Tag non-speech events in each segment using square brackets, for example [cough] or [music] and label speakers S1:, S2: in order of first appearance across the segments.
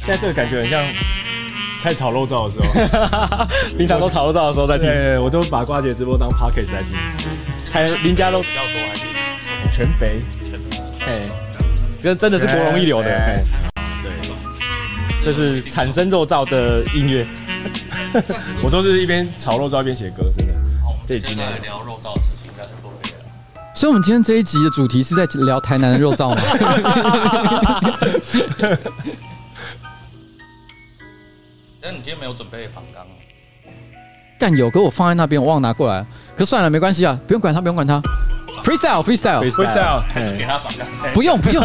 S1: 现在这个感觉很像在炒肉燥的时候，
S2: 平常都炒肉燥的时候在
S1: [laughs]
S2: 听，
S1: 对，我都把瓜姐直播当 podcast 来听，
S2: 台林家都
S3: 比较多还是什么
S1: 全北，
S3: 全部？
S2: 哎，这真的是博龙一流的，哎，
S1: 对
S2: 这是产生肉燥的音乐。
S1: 我都是一边炒肉燥一边写歌，真的。
S3: 好，我们
S1: 这
S3: 今
S1: 已经
S3: 天来聊肉燥的事情，应该很多人也聊。
S4: 所以，我们今天这一集的主题是在聊台南的肉燥吗？
S3: 但你今天没有准备仿纲，哦
S4: 但有，可我放在那边，我忘了拿过来。可算了，没关系啊，不用管他，不用管他。Freestyle，Freestyle，
S1: freestyle，[laughs]
S3: 还是给他仿纲？
S4: 不用不用，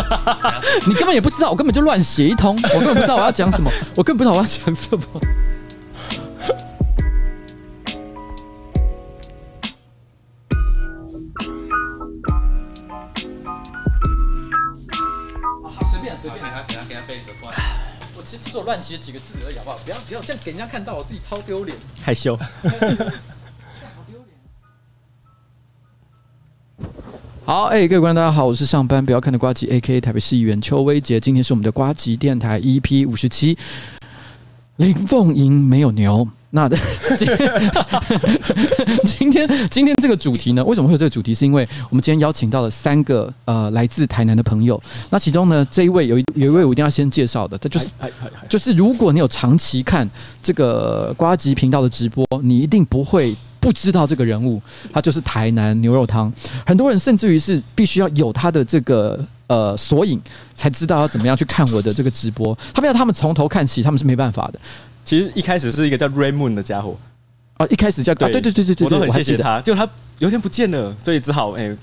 S4: 你根本也不知道，我根本就乱写一通，我根本不知道我要讲什么，我根本不知道我要讲什么。随便随
S3: 给
S4: 便，
S3: 他给他给他背着，不然
S4: 我其实只有乱写几个字而已，好不好？不要不要这样给人家看到，我自己超丢脸。
S2: 害羞。
S4: 好，哎、各位观众大家好，我是上班不要看的瓜吉，A K 台北市议员邱威杰，今天是我们的瓜吉电台 E P 五十七，林凤营没有牛。那 [laughs] 今天 [laughs] 今天今天这个主题呢，为什么会有这个主题？是因为我们今天邀请到了三个呃来自台南的朋友，那其中呢这一位有一有一位我一定要先介绍的，他就是
S1: 嗨嗨嗨
S4: 就是如果你有长期看这个瓜吉频道的直播，你一定不会不知道这个人物，他就是台南牛肉汤。很多人甚至于是必须要有他的这个呃索引，才知道要怎么样去看我的这个直播。他们要他们从头看起，他们是没办法的
S2: 其实一开始是一个叫 Raymond 的家伙，
S4: 啊！一开始就要啊，对对对对对，
S2: 我都很
S4: 对
S2: 谢谢。
S4: 还记得
S2: 他，就他有一天不见了，所以只好哎。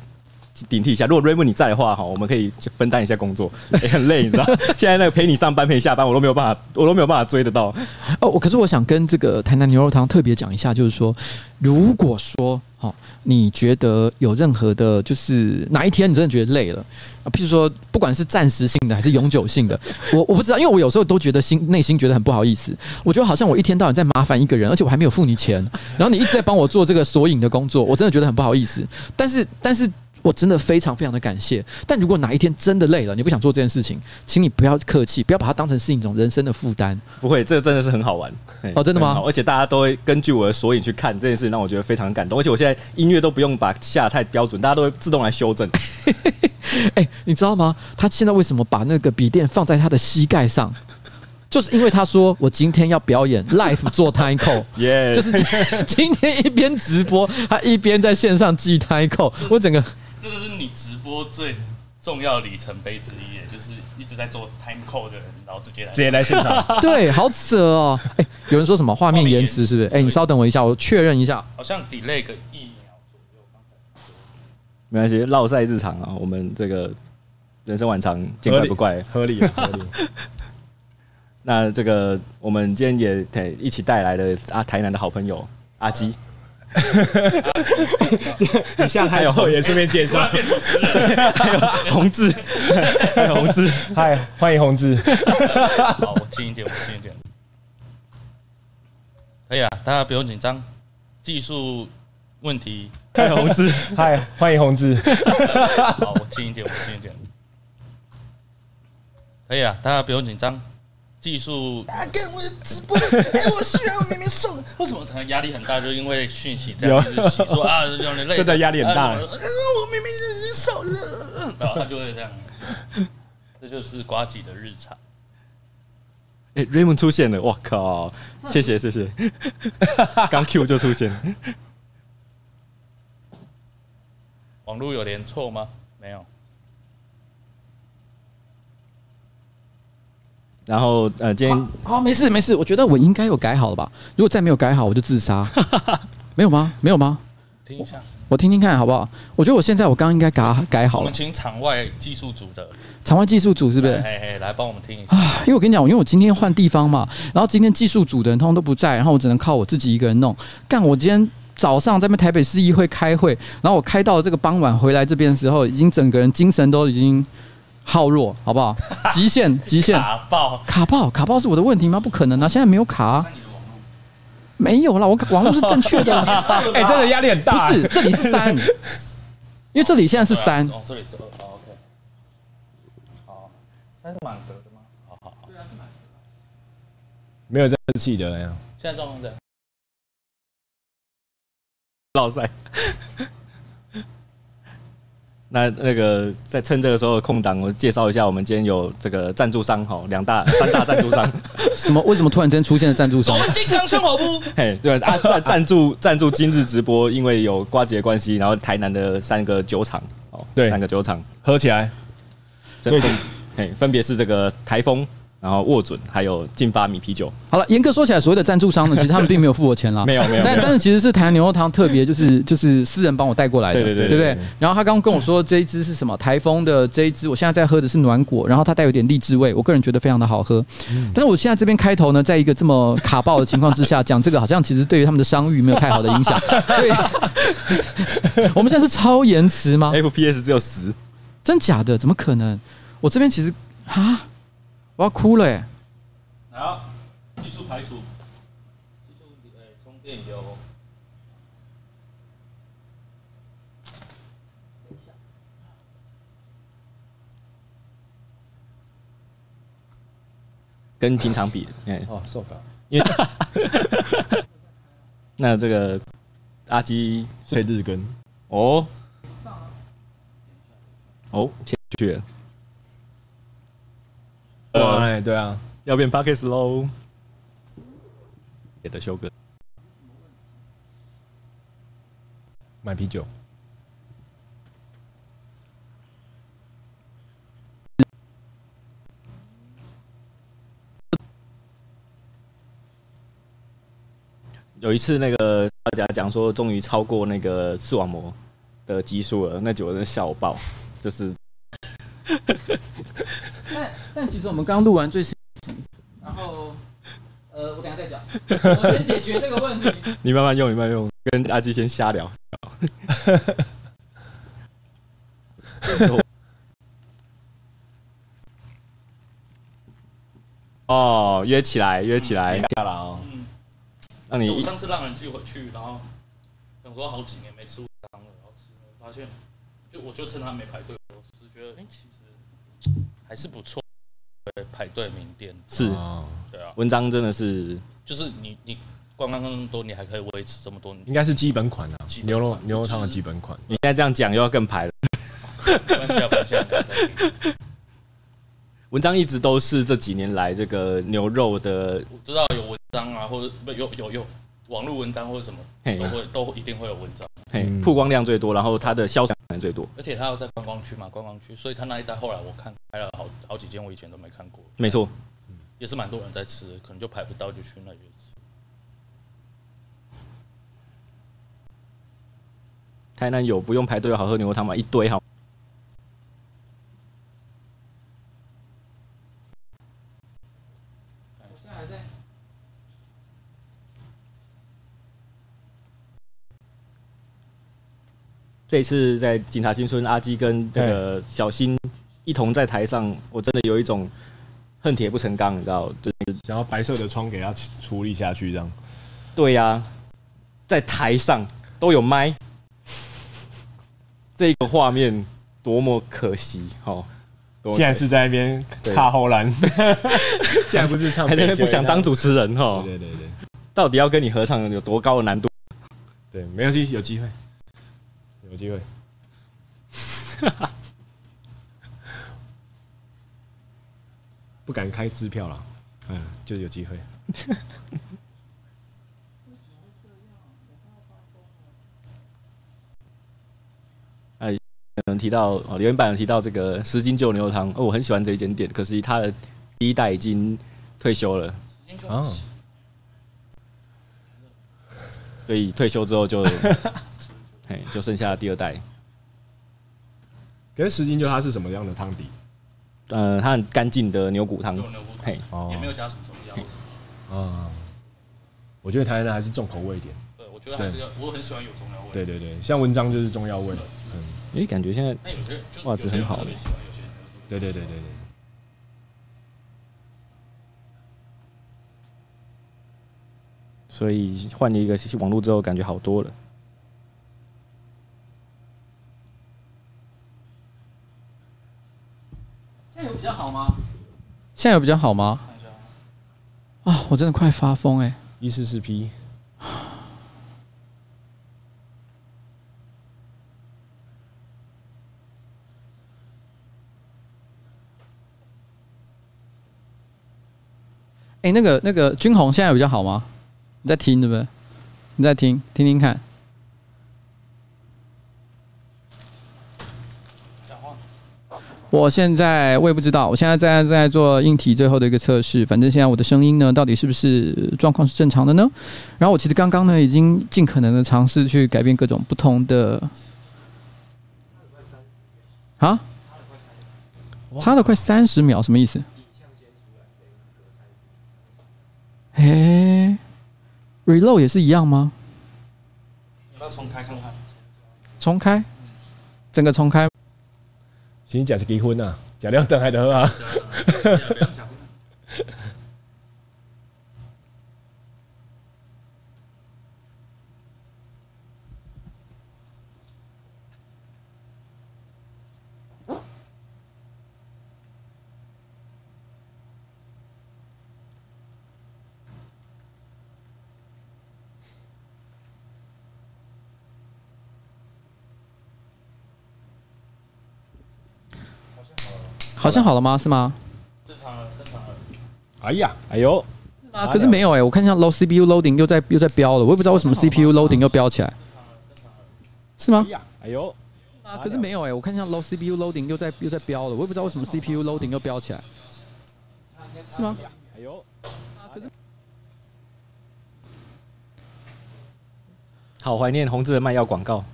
S2: 顶替一下，如果 Raymond 你在的话哈，我们可以分担一下工作，也、很累，你知道。 [laughs] 现在那个陪你上班、陪你下班，我都没有办法，我都没有办法追得到。
S4: 哦，我可是我想跟这个台南牛肉汤特别讲一下，就是说，如果说哦，你觉得有任何的，就是哪一天你真的觉得累了啊，譬如说，不管是暂时性的还是永久性的，我我不知道，因为我有时候都觉得心内心觉得很不好意思，我觉得好像我一天到晚在麻烦一个人，而且我还没有付你钱，然后你一直在帮我做这个索引的工作，我真的觉得很不好意思。但是，但是。我真的非常非常的感谢，但如果哪一天真的累了，你不想做这件事情，请你不要客气，不要把它当成是一种人生的负担。
S2: 不会，这个真的是很好玩嘿
S4: 哦真的吗
S2: 很好而且大家都会根据我的索引去看这件事，让我觉得非常感动。而且我现在音乐都不用把下得太标准，大家都会自动来修 [laughs] 正。
S4: 哎、你知道吗？他现在为什么把那个笔电放在他的膝盖上？就是因为他说我今天要表演 live 做
S3: [laughs]
S4: taiko，
S3: 哎
S2: 耶、
S4: 就是今天一边直播，他一边在线上记 taiko。我整
S3: [laughs]
S4: 个
S3: [laughs] 这就是你直播最重要的里程碑之一耶，就是一直在做 time code 的人，然后直接来
S1: 直接来现 [laughs] 场，
S4: 对，好扯哦。哎、有人说什么画面
S3: 画面
S4: 延
S3: 延
S4: 迟
S3: 迟
S4: 是不是？哎、你稍等我一下，我确认一下。
S3: 好像 delay 个一秒左右。
S2: 没关系，绕赛日常啊，我们这个人生晚长，见怪不 [laughs] 怪。
S1: 合理啊，合理。
S2: 那这个我们今天也嘿一起带来的啊，台南的好朋 [laughs] 友阿基，
S1: 你下台有后也顺便介绍，
S2: 还有宏志， [laughs] 还有宏哎志，
S1: 嗨，欢迎宏志。
S3: 好，我近一点，我近一点。 [laughs] 可以啊，大家不用紧张，技术问题。
S2: 还有宏志，
S1: 嗨，欢迎宏志。
S3: 好，我近一点，我近一点。 [laughs] 可以啊，大家不用紧张，技术。
S5: 啊，干我的直播，哎、我虽然我明明送，可
S3: 为什么可能压力很大？就因为讯息这样一直洗，说啊让人累，
S1: 真的压力很大
S3: 啊什么
S5: 是我明明就是送了。
S3: 然后呃啊他就会这样。这就是瓜吉的日常。
S2: [laughs] 哎、r a y m o n d 出现了，我靠，谢谢谢 [laughs] 谢，刚 Q 就出现，
S3: 网络有连错吗？没有。
S2: 然后呃，今天
S4: 好、没事没事，我觉得我应该有改好了吧？如果再没有改好，我就自
S3: [laughs]
S4: 杀。没有吗？没有吗？
S3: 听一下，
S4: 我听听看好不好？我觉得我现在我刚刚应该改改
S3: 我
S4: 好了
S3: 们。请场外技术组的，
S4: 场外技术组是不是？
S3: 嘿嘿，来帮我们听一下。
S4: 啊，因为我跟你讲，因为我今天换地方嘛，然后今天技术组的人通通都不在，然后我只能靠我自己一个人弄。干，我今天早上在那边台北市议会开会，然后我开到这个傍晚回来这边的时候，已经整个人精神都已经耗弱，好不好？极限，极限，
S3: 打爆！
S4: 卡爆，卡爆是我的问题吗？不可能啊，现在没有卡啊、没有啦，我网络是正确的啦，
S1: 哎，真的压力很大。
S4: 不是，这里是三，因为这里现在是三，
S3: 哦，这里是二、哦、，OK。好，三是满格的吗？好好好。对啊，是满格。
S1: 没有在气的呀。
S3: 现在状况这样，
S2: 落赛。 [laughs] 那那个在趁这个时候的空档，我介绍一下，我们今天有这个赞助商哈，
S1: [laughs]
S2: 两大三大赞助商，
S4: 什么？为什么突然间出现了赞助商
S3: 我？们金刚生活部，
S2: 嘿，对啊，赞赞助赞助今日直播，因为有瓜姐的关系，然后台南的三个酒厂哦，
S1: 对
S2: 三个酒厂，
S1: 喝起来，所以
S2: 分嘿，分别是这个台风，然后握准，还有进发米啤酒，
S4: 好了，严格说起来，所谓的赞助
S2: [laughs]
S4: 商呢，其实他们并没有付我钱啦。
S2: 没有没有，
S4: 但
S2: 没有
S4: 但是其实是台南牛肉汤特别就是就是私人帮我带过来的，
S2: 对对对
S4: 对不
S2: 对对对
S4: 然后他刚刚跟我说这一支是什么台风的这一支，我现在在喝的是暖果，然后它带有点荔枝味，我个人觉得非常的好喝。
S2: 嗯
S4: 但是我现在这边开头呢，在一个这么卡爆的情况之下讲这个，好像其实对于他们的商誉没有太好的
S2: [laughs]
S4: 影响，所以我们现在是超延迟
S1: 啊
S2: 哎
S4: 吗？
S2: FPS 只有十，
S4: 真假的？怎么可能？我这边其实啊，我要哭了、欸。
S3: 然后技术排除，技术问题，哎，充电有。
S2: 跟平常比，哎，
S1: 哦，受不了，
S2: [laughs] 那这个阿基
S1: 所以日更，
S2: 哦，哦，切去了
S1: 哇，哎，对啊，
S2: 要变 Pockets 喽，别的修哥。
S1: 买啤酒，
S2: 有一次那个大家讲说，终于超过那个视网膜的基数了，那酒真的笑爆，就是
S4: 但但其实我们刚录完最新一集，然后呃，我等一下再讲，我先解决这个问题。
S2: 你慢慢用，你慢慢用，跟阿基先瞎聊。 [laughs] 哦，约起来，约起来，
S1: 下了啊，
S3: 嗯，
S2: 让
S3: 我
S2: 你
S3: 上次让人去回去，然后想说好几年没吃乌汤了，然后吃了发现，就我就趁他没排队，我是觉得哎、其实还是不错。对，排队名店，
S2: 是
S1: 哦
S3: 对啊，
S2: 文章真的是
S3: 就是你你逛逛那么多，你还可以维持这么多，
S1: 应该是基本款嗯啊
S3: 基，本款
S1: 牛肉牛肉汤的基本款。
S2: 你现在这样讲又要更排了。
S3: 没关系啊，没关系啊。没关系
S2: 文章一直都是这几年来这个牛肉的，
S3: 我知道有文章啊，或者不有有有网络文章或者什么，
S2: 嘿
S3: 都会都一定会有文章，
S2: 嘿
S1: 嗯
S2: 曝光量最多，然后它的销售量最多，
S3: 而且他要在观光区嘛，观光区，所以他那一带后来我看开了好好几间，我以前都没看过，
S2: 没错。
S3: 也是蛮多人在吃的，可能就排不到就去那里吃。
S2: 台南有不用排队好喝牛肉汤吗？一堆好。这一次在警察新村，阿基跟这个小新一同在台上，我真的有一种恨铁不成钢，你知道？就
S1: 想要白色的窗给它处理下去，这样
S2: 对呀、在台上都有麦， [laughs] 这个画面多么可惜哦！多么可惜
S1: 竟然是在那边
S2: 对
S1: 插后栏，竟然不是唱
S2: [laughs] 还在那
S1: 北 [laughs]
S2: 边
S1: 西
S2: 不想当主持人哦，
S1: 对对对对
S2: 到底要跟你合唱有多高的难度？
S1: 对，没关系，有机会，有机会。 [laughs] 不敢开支票啦，嗯，就有机会。
S2: 有人提到哦，留言板有提到这个十斤旧牛肉汤，哦，我很喜欢这一间店，可惜它的第一代已经退休了，
S1: 啊，
S2: 所以退休之后
S1: [laughs]
S2: 就，嘿，就剩下第二代。
S1: 可是十斤就它是什么样的汤底？
S2: 呃，它很干净的牛骨汤
S3: 就，牛骨
S2: 嘿，
S1: 哦
S3: 也没有加什么什么药。
S1: 啊，我觉得台南还是重口味一点。
S3: 对，我觉得还是要，我很喜欢有中药味。
S1: 对，对对，像文章就是中药味。嗯，
S2: 诶、感觉现在
S3: 那有些人就是
S2: 哇
S3: 有
S2: 这
S3: 些
S2: 很
S3: 人
S2: 好
S3: 特别喜欢，有些人
S1: 对对对对对。
S2: 所以换一个网络之后，感觉好多了。
S4: 现在有比较好吗？现在有比较好吗？
S3: 看一下。
S4: 啊，我真的快发疯哎、
S1: 一四四 P，
S4: 哎、那个那个君宏现在比较好吗？你在听对不对？你在听听听看，
S3: 讲话
S4: 我现在我也不知道，我现在在在做硬体最后的一个测试，反正现在我的声音呢，到底是不是呃状况是正常的呢？然后我其实刚刚呢，已经尽可能的尝试去改变各种不同的啊，差了快三十秒，什么意思？哎、r e l o a d 也是一样吗？
S3: 你要不要重开看看？
S4: 重开，整个重开
S1: 先假是离婚啊，假料等还得喝啊，
S3: 不要讲，
S4: 好像好了吗？是吗？
S3: 正常了，正常了。
S1: 哎呀，
S2: 哎呦，
S4: 啊，可是没有哎、我看一下 low CPU loading 又在又在飙了，我也不知道为什么 CPU loading 又飙起来，是吗
S1: 哎？呀，
S2: 哎呦，
S4: 啊，可是没有哎、我看一下 low CPU loading 又在又在飙了，我也不知道为什么 CPU loading 又飙起来，是吗？
S2: 哎呦，好怀念红字的卖药广告。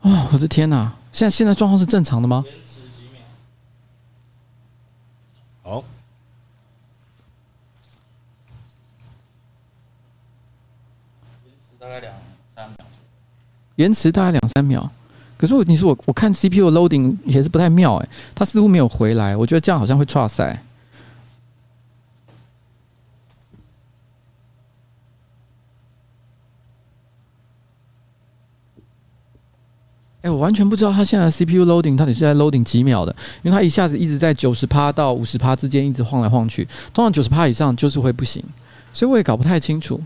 S4: 哦，我的天哪、现在现在状况是正常的吗？
S3: 延迟几秒，
S1: 好，
S3: 延迟大概两三秒左右。
S4: 延迟大概两三秒。可是我你说我我看 CPU loading 也是不太妙哎、它似乎没有回来，我觉得这样好像会欸岔塞。哎、我完全不知道它现在的 CPU loading 到底是在 loading 几秒的，因为它一下子一直在九十趴到五十趴之间一直晃来晃去，通常九十趴以上就是会不行，所以我也搞不太清楚。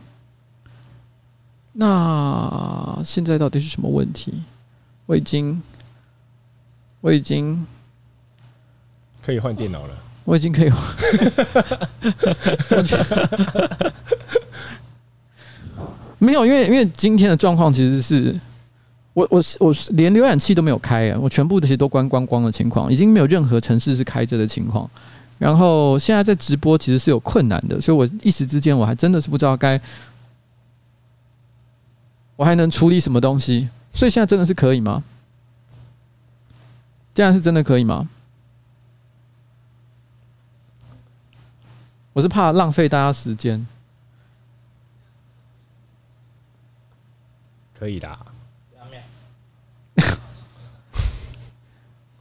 S4: 那现在到底是什么问题？我已经，我已经，
S1: 可以换电脑了。
S4: 我已经可以。我觉没有，因为因为今天的状况其实是，我我是我是连浏览器都没有开啊，我全部的其实都关光光的情况，已经没有任何城市是开着的情况。然后现在在直播其实是有困难的，所以我一时之间我还真的是不知道该，我还能处理什么东西。所以现在真的是可以吗？这样是真的可以吗？我是怕浪费大家时间。
S1: 可以啦，
S3: 两秒，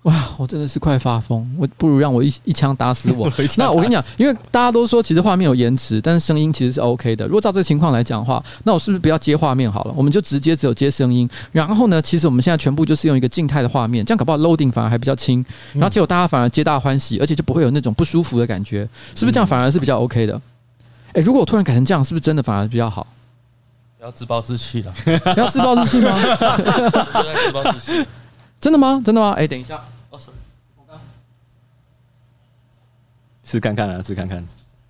S4: 哇，我真的是快发疯！我不如让我一一枪打死 [laughs] 我。那我跟你讲，因为大家都说其实画面有延迟，但是声音其实是 OK 的。如果照这个情况来讲的话，那我是不是不要接画面好了？我们就直接只有接声音。然后呢，其实我们现在全部就是用一个静态的画面，这样搞不好 loading 反而还比较轻，然后结果大家反而皆大欢喜，而且就不会有那种不舒服的感觉，是不是这样反而是比较 OK 的？诶，如果我突然改成这样，是不是真的反而比较好？
S3: 不要自暴自弃 [laughs] 了，
S4: 不要自暴自弃吗？ [laughs]
S3: 不要自暴自弃。
S4: 真的吗？真的吗？诶，等一下，
S3: 哦，是
S2: 试看看啊，试看看，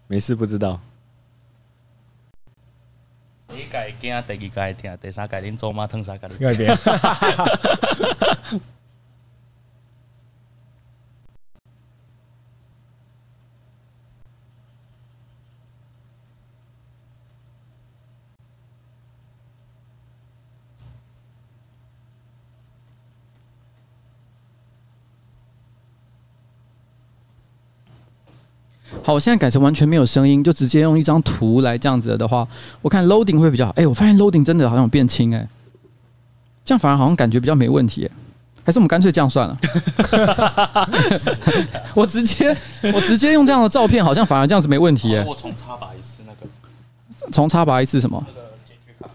S2: 没事不知道。
S3: 第一届惊，第二届听，第三届恁做妈疼
S6: [laughs]
S3: 啥个？
S1: 那 [laughs] 边
S4: 好，我现在改成完全没有声音，就直接用一张图来这样子的话，我看 loading 会比较好。哎、我发现 loading 真的好像有变轻哎、这样反而好像感觉比较没问题哎、还是我们干脆这样算了， [laughs] 我直接我直接用这样的照片，好像反而这样
S3: 哦
S4: 子没问题哎、
S3: 我重插拔一次那个
S4: 重插拔一次什么
S3: 那个解决卡，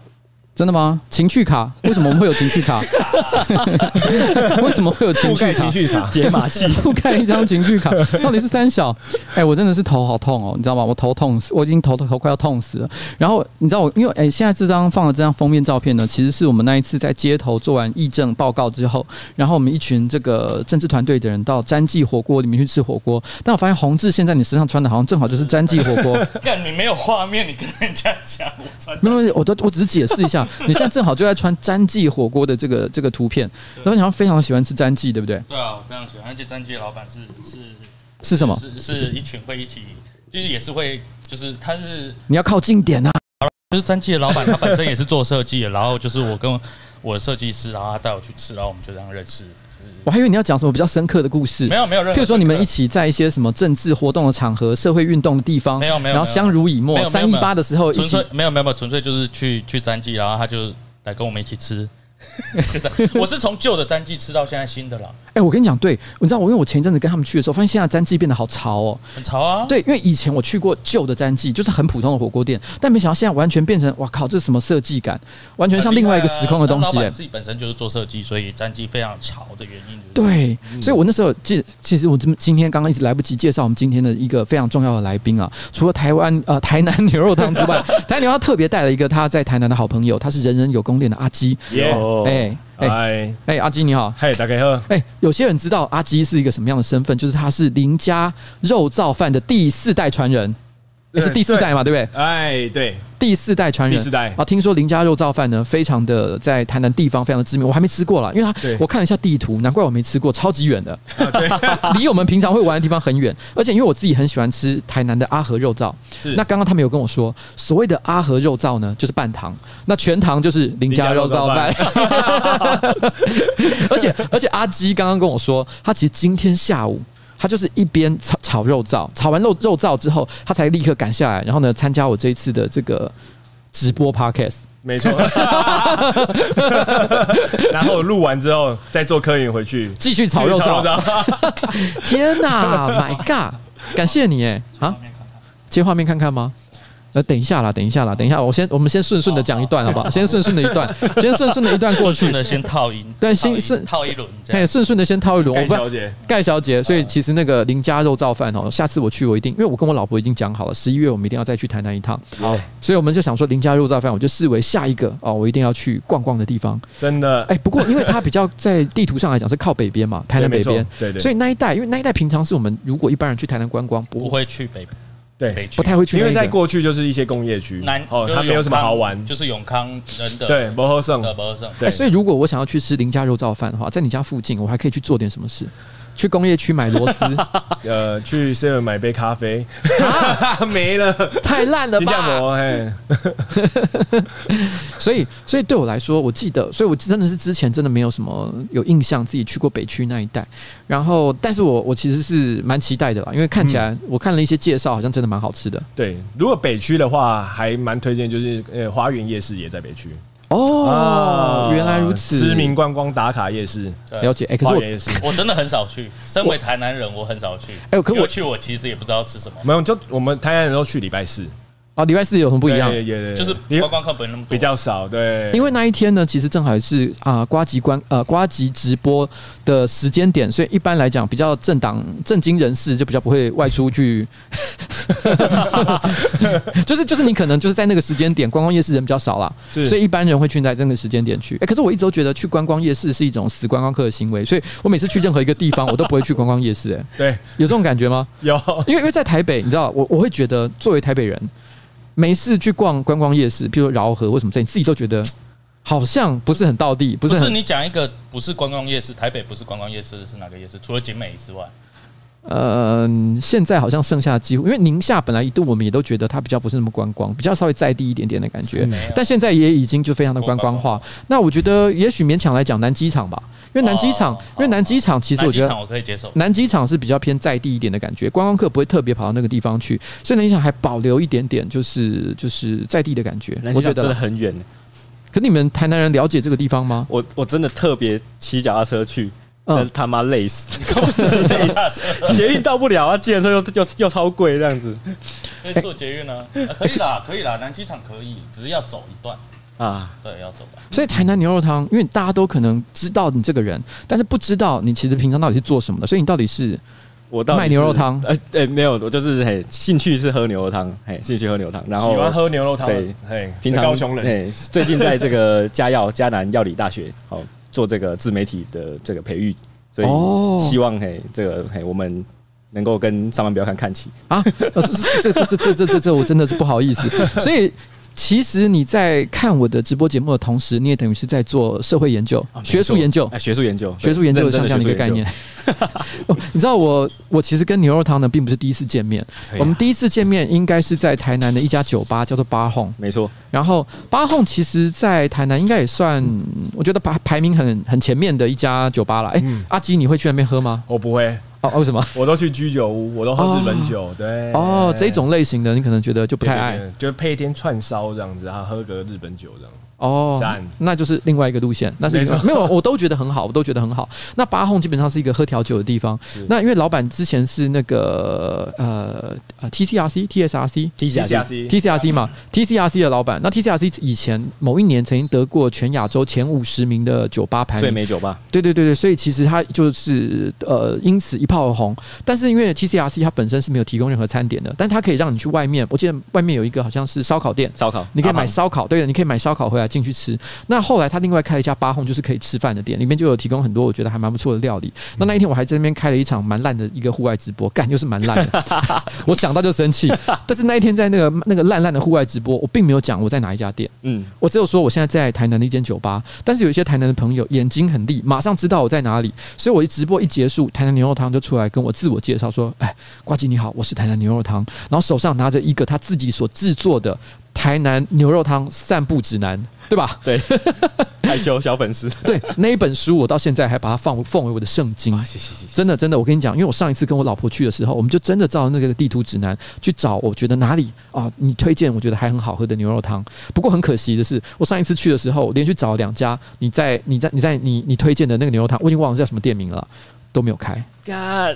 S4: 真的吗？情趣卡？为什么我们会有情趣卡？ [laughs] 为什么会有情
S1: 覆
S4: 趣
S1: 盖
S4: 卡
S1: 情？绪卡，
S2: 解码
S4: [laughs]
S2: 器
S4: 覆盖一张情
S2: [laughs]
S4: 绪卡，到底是三小？哎、我真的是头好痛哦，你知道吗？我头痛死，我已经头头快要痛死了。然后你知道我，因为哎、现在这张放的这张封面照片呢，其实是我们那一次在街头做完议政报告之后，然后我们一群这个政治团队的人到詹记火锅里面去吃火锅。但我发现宏志现在你身上穿的好像正好就是詹记火锅，
S2: [laughs]
S3: 干你没有画面，你跟人家讲我穿
S4: 没有，没有我都我只是解释
S2: [laughs]
S4: 一下，你现在正好就在穿詹记火锅的这个这个图片，然后你好像非常喜欢吃詹记，对不对？
S3: 对啊，我非常喜欢，而且詹记的老板是是
S4: 是什么？
S3: 是是一群会一起，就是也是会，就是他是
S4: 你要靠近点啊！
S3: 就是詹记的老板，他本身也是做设计的，然后就是我跟我的设计师，然后他带我去吃，然后我们就这样认识。
S4: 我还以为你要讲什么比较深刻的故事
S3: 没。有没有任何，
S4: 譬如说，你们一起在一些什么政治活动的场合、社会运动的地方，
S3: 没有没有
S4: 然后
S3: 没有
S4: 相濡以沫
S3: 没。有没有
S4: 三一八的时候一
S3: 纯
S4: 起
S3: 粹，没有没有没有，纯粹就是去去詹记，然后他就来跟我们一起吃。 [laughs] 就这样我是从旧的詹记吃到现在新的啦，
S4: 哎，我跟你讲，对，你知道我因为我前一阵子跟他们去的时候，发现现在詹记变得好潮哦。
S3: 很潮啊。
S4: 对，因为以前我去过旧的詹记，就是很普通的火锅店，但没想到现在完全变成，哇靠，这是什么设计感？完全
S3: 很厉害啊，
S4: 像另外一个时空的东
S3: 那老
S4: 西。哎
S3: 板自己本身就是做设计，所以詹记非常潮的原因。就是，
S4: 对，
S1: 嗯
S4: 所以我那时候记，其实我这么今天刚刚一直来不及介绍我们今天的一个非常重要的来宾啊，除了台湾呃 [laughs] 台南牛肉汤之外， [laughs] 台南牛肉汤特别带了一个他在台南的好朋友，他是人人有功练的阿基。
S1: 耶，
S4: 哎哎
S1: 哎，
S4: 哎，阿基你好。
S1: 嗨，大家好，
S4: 哎、有些人知道阿基是一个什么样的身份，就是他是林家肉燥饭的第四代传人，哎
S1: 对
S4: 是第四代嘛，对不对？
S1: 哎，对，
S4: 第四代传人，
S1: 第四代
S4: 啊，听说林家肉燥饭呢，非常的在台南地方非常的知名，我还没吃过啦，因为它
S1: 对
S4: 我看了一下地图，难怪我没吃过，超级远的，
S1: 啊对，
S4: [laughs] 离我们平常会玩的地方很远，而且因为我自己很喜欢吃台南的阿和肉燥，
S1: 是
S4: 那刚刚他们有跟我说，所谓的阿和肉燥呢，就是半糖，那全糖就是林家肉燥饭。 [laughs] 而且而且阿基刚刚跟我说，他其实今天下午。他就是一边炒炒肉燥，炒完肉肉燥之后，他才立刻赶下来，然后呢，参加我这一次的这个直播 podcast。
S1: 没
S4: [laughs]
S1: 错。然后录完之后再坐客运回去，
S4: 继续炒肉燥
S1: 继续炒肉
S4: [laughs]
S1: 燥
S4: 天哪 [laughs] ，My God！感谢你哎啊
S3: 画，面看看
S4: 切画面看看吗？呃，等一下啦，等一下啦，等一下，我先我们先顺顺的讲一段好不好？先顺顺的一段，先顺顺的一段过
S3: 顺
S4: 去
S3: 顺。的先套音，
S4: 对
S3: 套
S4: 先
S3: 一
S4: 顺
S3: 套一轮这
S4: 哎，
S3: 样。
S4: 顺顺的先套一轮，我
S1: 盖
S4: 不
S1: 小姐，
S4: 盖小姐，所以其实那个林家肉燥饭哦，下次我去我一定，因为我跟我老婆已经讲好了，十一月我们一定要再去台南一趟，
S1: 好，
S4: 所以我们就想说林家肉燥饭，我就视为下一个哦，我一定要去逛逛的地方。
S1: 真的，
S4: 哎，不过因为它比较在地图上来讲是靠北边嘛，
S1: [laughs]
S4: 台
S1: 对
S4: 南北
S1: 没错
S4: 边，
S1: 对对，
S4: 所以那一带，因为那一带平常是我们如果一般人去台南观光
S3: 不
S4: 不
S3: 会去北北
S1: 对，
S3: 区，
S4: 不太会去那
S1: 因
S4: 一个，
S1: 为在过去就是一些工业区
S3: 南，，
S1: 哦
S3: 就，是
S1: 它没有什么
S3: 永康
S1: 好玩，
S3: 就是永康人的
S1: 对，不好上，
S3: 的博胜。
S4: 哎、
S1: 对，
S4: 所以如果我想要去吃林家肉燥饭的话，在你家附近，我还可以去做点什么事？去工业区买
S1: [laughs]
S4: 螺丝，
S1: 呃，去 seven 买杯咖啡， [laughs] 没了，
S4: 太烂了
S1: 新加
S4: 啊吧！
S1: 坡，哦嘿，
S4: 所以，所以对我来说，我记得，所以我真的是之前真的没有什么有印象，自己去过北区那一带。然后，但是我我其实是蛮期待的啦，因为看起
S1: 嗯
S4: 来、我看了一些介绍，好像真的蛮好吃的
S1: 对，如果北区的话，还蛮推荐，就是呃，花园夜市也在北区
S4: 哦。
S6: 啊
S4: 原来如此，
S1: 啊知名哦观光打卡夜市，
S3: 对
S4: 了解。哎、可是
S1: 花
S4: 我
S1: 园夜市，
S3: [laughs] 我真的很少去，身为台南人，我很少去。
S4: 哎可我
S3: 因为去，我其实也不知道吃什么，
S1: 没有，就我们台南人都去礼拜四，
S4: 啊，礼拜四有什么不一样？
S1: 对也也
S3: 就是
S1: 也
S3: 观光客本那么多
S1: 比较少，对，
S4: 因为那一天呢，其实正好也是啊、瓜吉关呃瓜吉直播的时间点，所以一般来讲，比较政党政经人士就比较不会外出
S1: [laughs]
S4: 去， [laughs] 就是就是你可能就是在那个时间点，观光夜市人比较少啦，
S1: 是
S4: 所以一般人会去在这个时间点去。哎、可是我一直都觉得去观光夜市是一种死观光客的行为，所以我每次去任何一个地方，我都不会去观光夜市、诶，哎， [laughs]
S1: 对
S4: 有这种感觉吗？
S1: 有
S4: 因为因为在台北，你知道，我我会觉得作为台北人，没事去逛观光夜市，譬如说饶河或什么之类，你自己都觉得好像不是很到地，不
S3: 不
S4: 是
S3: 是
S4: 很
S3: 你讲一个不是观光夜市，台北不是观光夜市是哪个夜市？除了景美之外，
S4: 呃，现在好像剩下几乎，因为宁夏本来一度我们也都觉得它比较不是那么观光，比较稍微在地一点点的感觉，
S1: 嗯
S4: 但现在也已经就非常的观光化。那我觉得也许勉强来讲南机场吧，因为南机场，
S3: 哦
S4: 因为南机场其实我觉
S3: 南
S4: 得
S3: 机
S4: 哎
S3: 场我可以接受，
S4: 南机场是比较偏在地一点的感觉，观光客不会特别跑到那个地方去，所以南机场还保留一点点就是就是在地的感觉。
S2: 南机
S4: 我觉
S2: 场真
S4: 得
S2: 的
S4: 啦，
S2: 很远，
S4: 可你们台南人了解这个地方吗？
S2: 我我真的特别骑脚踏车去，
S4: 嗯
S2: 真他妈累 [laughs] 死，累死，捷运到不了啊，计程车又又又超贵这样子。
S3: 啊可以坐捷运呢、啊可以啦，可以啦，南机场可以，只是要走一段。
S2: 啊，
S3: 对，要走吧。
S4: 所以台南牛肉汤，因为大家都可能知道你这个人，但是不知道你其实平常到底是做什么的，所以你到底是
S2: 我到底
S4: 卖
S2: 是
S4: 牛肉汤
S2: 呃，对，没有，我就是嘿，兴趣是喝牛肉汤，嘿，兴趣喝牛肉汤，然后
S6: 喜欢喝牛肉汤的
S2: 对，
S6: 嘿，
S2: 平常
S6: 高雄人，
S2: 嘿最近在这个嘉药嘉南药理大学， [laughs] 好做这个自媒体的这个培育，所
S4: 哦
S2: 以希望嘿这个嘿我们能够跟上班不要看看齐，
S4: 啊，呃这这这这这这这，我真的是不好意思。所以其实你在看我的直播节目的同时，你也等于是在做社会研究、哦学术研究
S2: 哎，。学术研究，
S4: 学术研究
S2: 对
S4: 像这样的一个概。
S2: 认真学术研
S4: 念 [laughs]
S2: 究，
S4: 哦你知道我我其实跟牛肉汤呢并不是第一次见面，我们第一次见面应该是在台南的一家酒吧，叫做八红。
S2: 没错，
S4: 然后八红其实，在台南应该也算，我觉得排排名很很前面的一家酒吧了。哎、阿基，你会去那边喝吗？
S6: 我不会，
S4: 哦，哦为什么？
S6: 我都去居酒屋，我都喝日本酒，对，
S4: 哦，这种类型的你可能觉得就不
S6: 对
S4: 太爱，
S6: 对对就是配一点串烧这样子，然后喝个日本酒这样。 [laughs]
S4: 哦
S6: 赞，
S4: 那就是另外一个路线，那是
S6: 没错
S4: 没有，我都觉得很好，我都觉得很好。那八红基本上是一个喝调酒的地方。那因为老板之前是那个呃呃 TCRC TSRC
S2: T 甲
S6: TCRC
S4: TCRC 嘛，TCRC 的老板，那 TCRC 以前某一年曾经得过全亚洲前五十名的酒吧排
S2: 最
S4: 名，
S2: 美酒吧，
S4: 对对对对，所以其实它就是呃，因此一炮而红。但是因为 TCRC 它本身是没有提供任何餐点的，但它可以让你去外面，我记得外面有一个好像是烧烤店，
S2: 烧烤，
S4: 你可以
S2: 阿
S4: 买
S2: 庞
S4: 烧烤，对的，你可以买烧烤回来进去吃。那后来他另外开了一家八烘，就是可以吃饭的店，里面就有提供很多我觉得还蛮不错的料理。那那一天我还在那边开了一场蛮烂的一个户外直播，干又是蛮烂的，我想到就生气。但是那一天在那个那个烂烂的户外直播，我并没有讲我在哪一家店，
S2: 嗯，
S4: 我只有说我现在在台南的一间酒吧。但是有一些台南的朋友眼睛很利，马上知道我在哪里，所以我一直播一结束，台南牛肉汤就出来跟我自我介绍说：“哎，瓜吉你好，我是台南牛肉汤。”然后手上拿着一个他自己所制作的台南牛肉汤散步指南，对吧？ [laughs]
S2: 对，害羞小粉丝，
S4: 对，那一本书我到现在还把它放奉为我的圣经。
S2: 谢谢谢谢，
S4: 真的真的，我跟你讲，因为我上一次跟我老婆去的时候，我们就真的照那个地图指南去找，我觉得哪里啊，你推荐我觉得还很好喝的牛肉汤。不过很可惜的是，我上一次去的时候，我连续找了两家，你在你在你在你你推荐的那个牛肉汤，我已经忘了叫什么店名了，都没有开。
S2: 干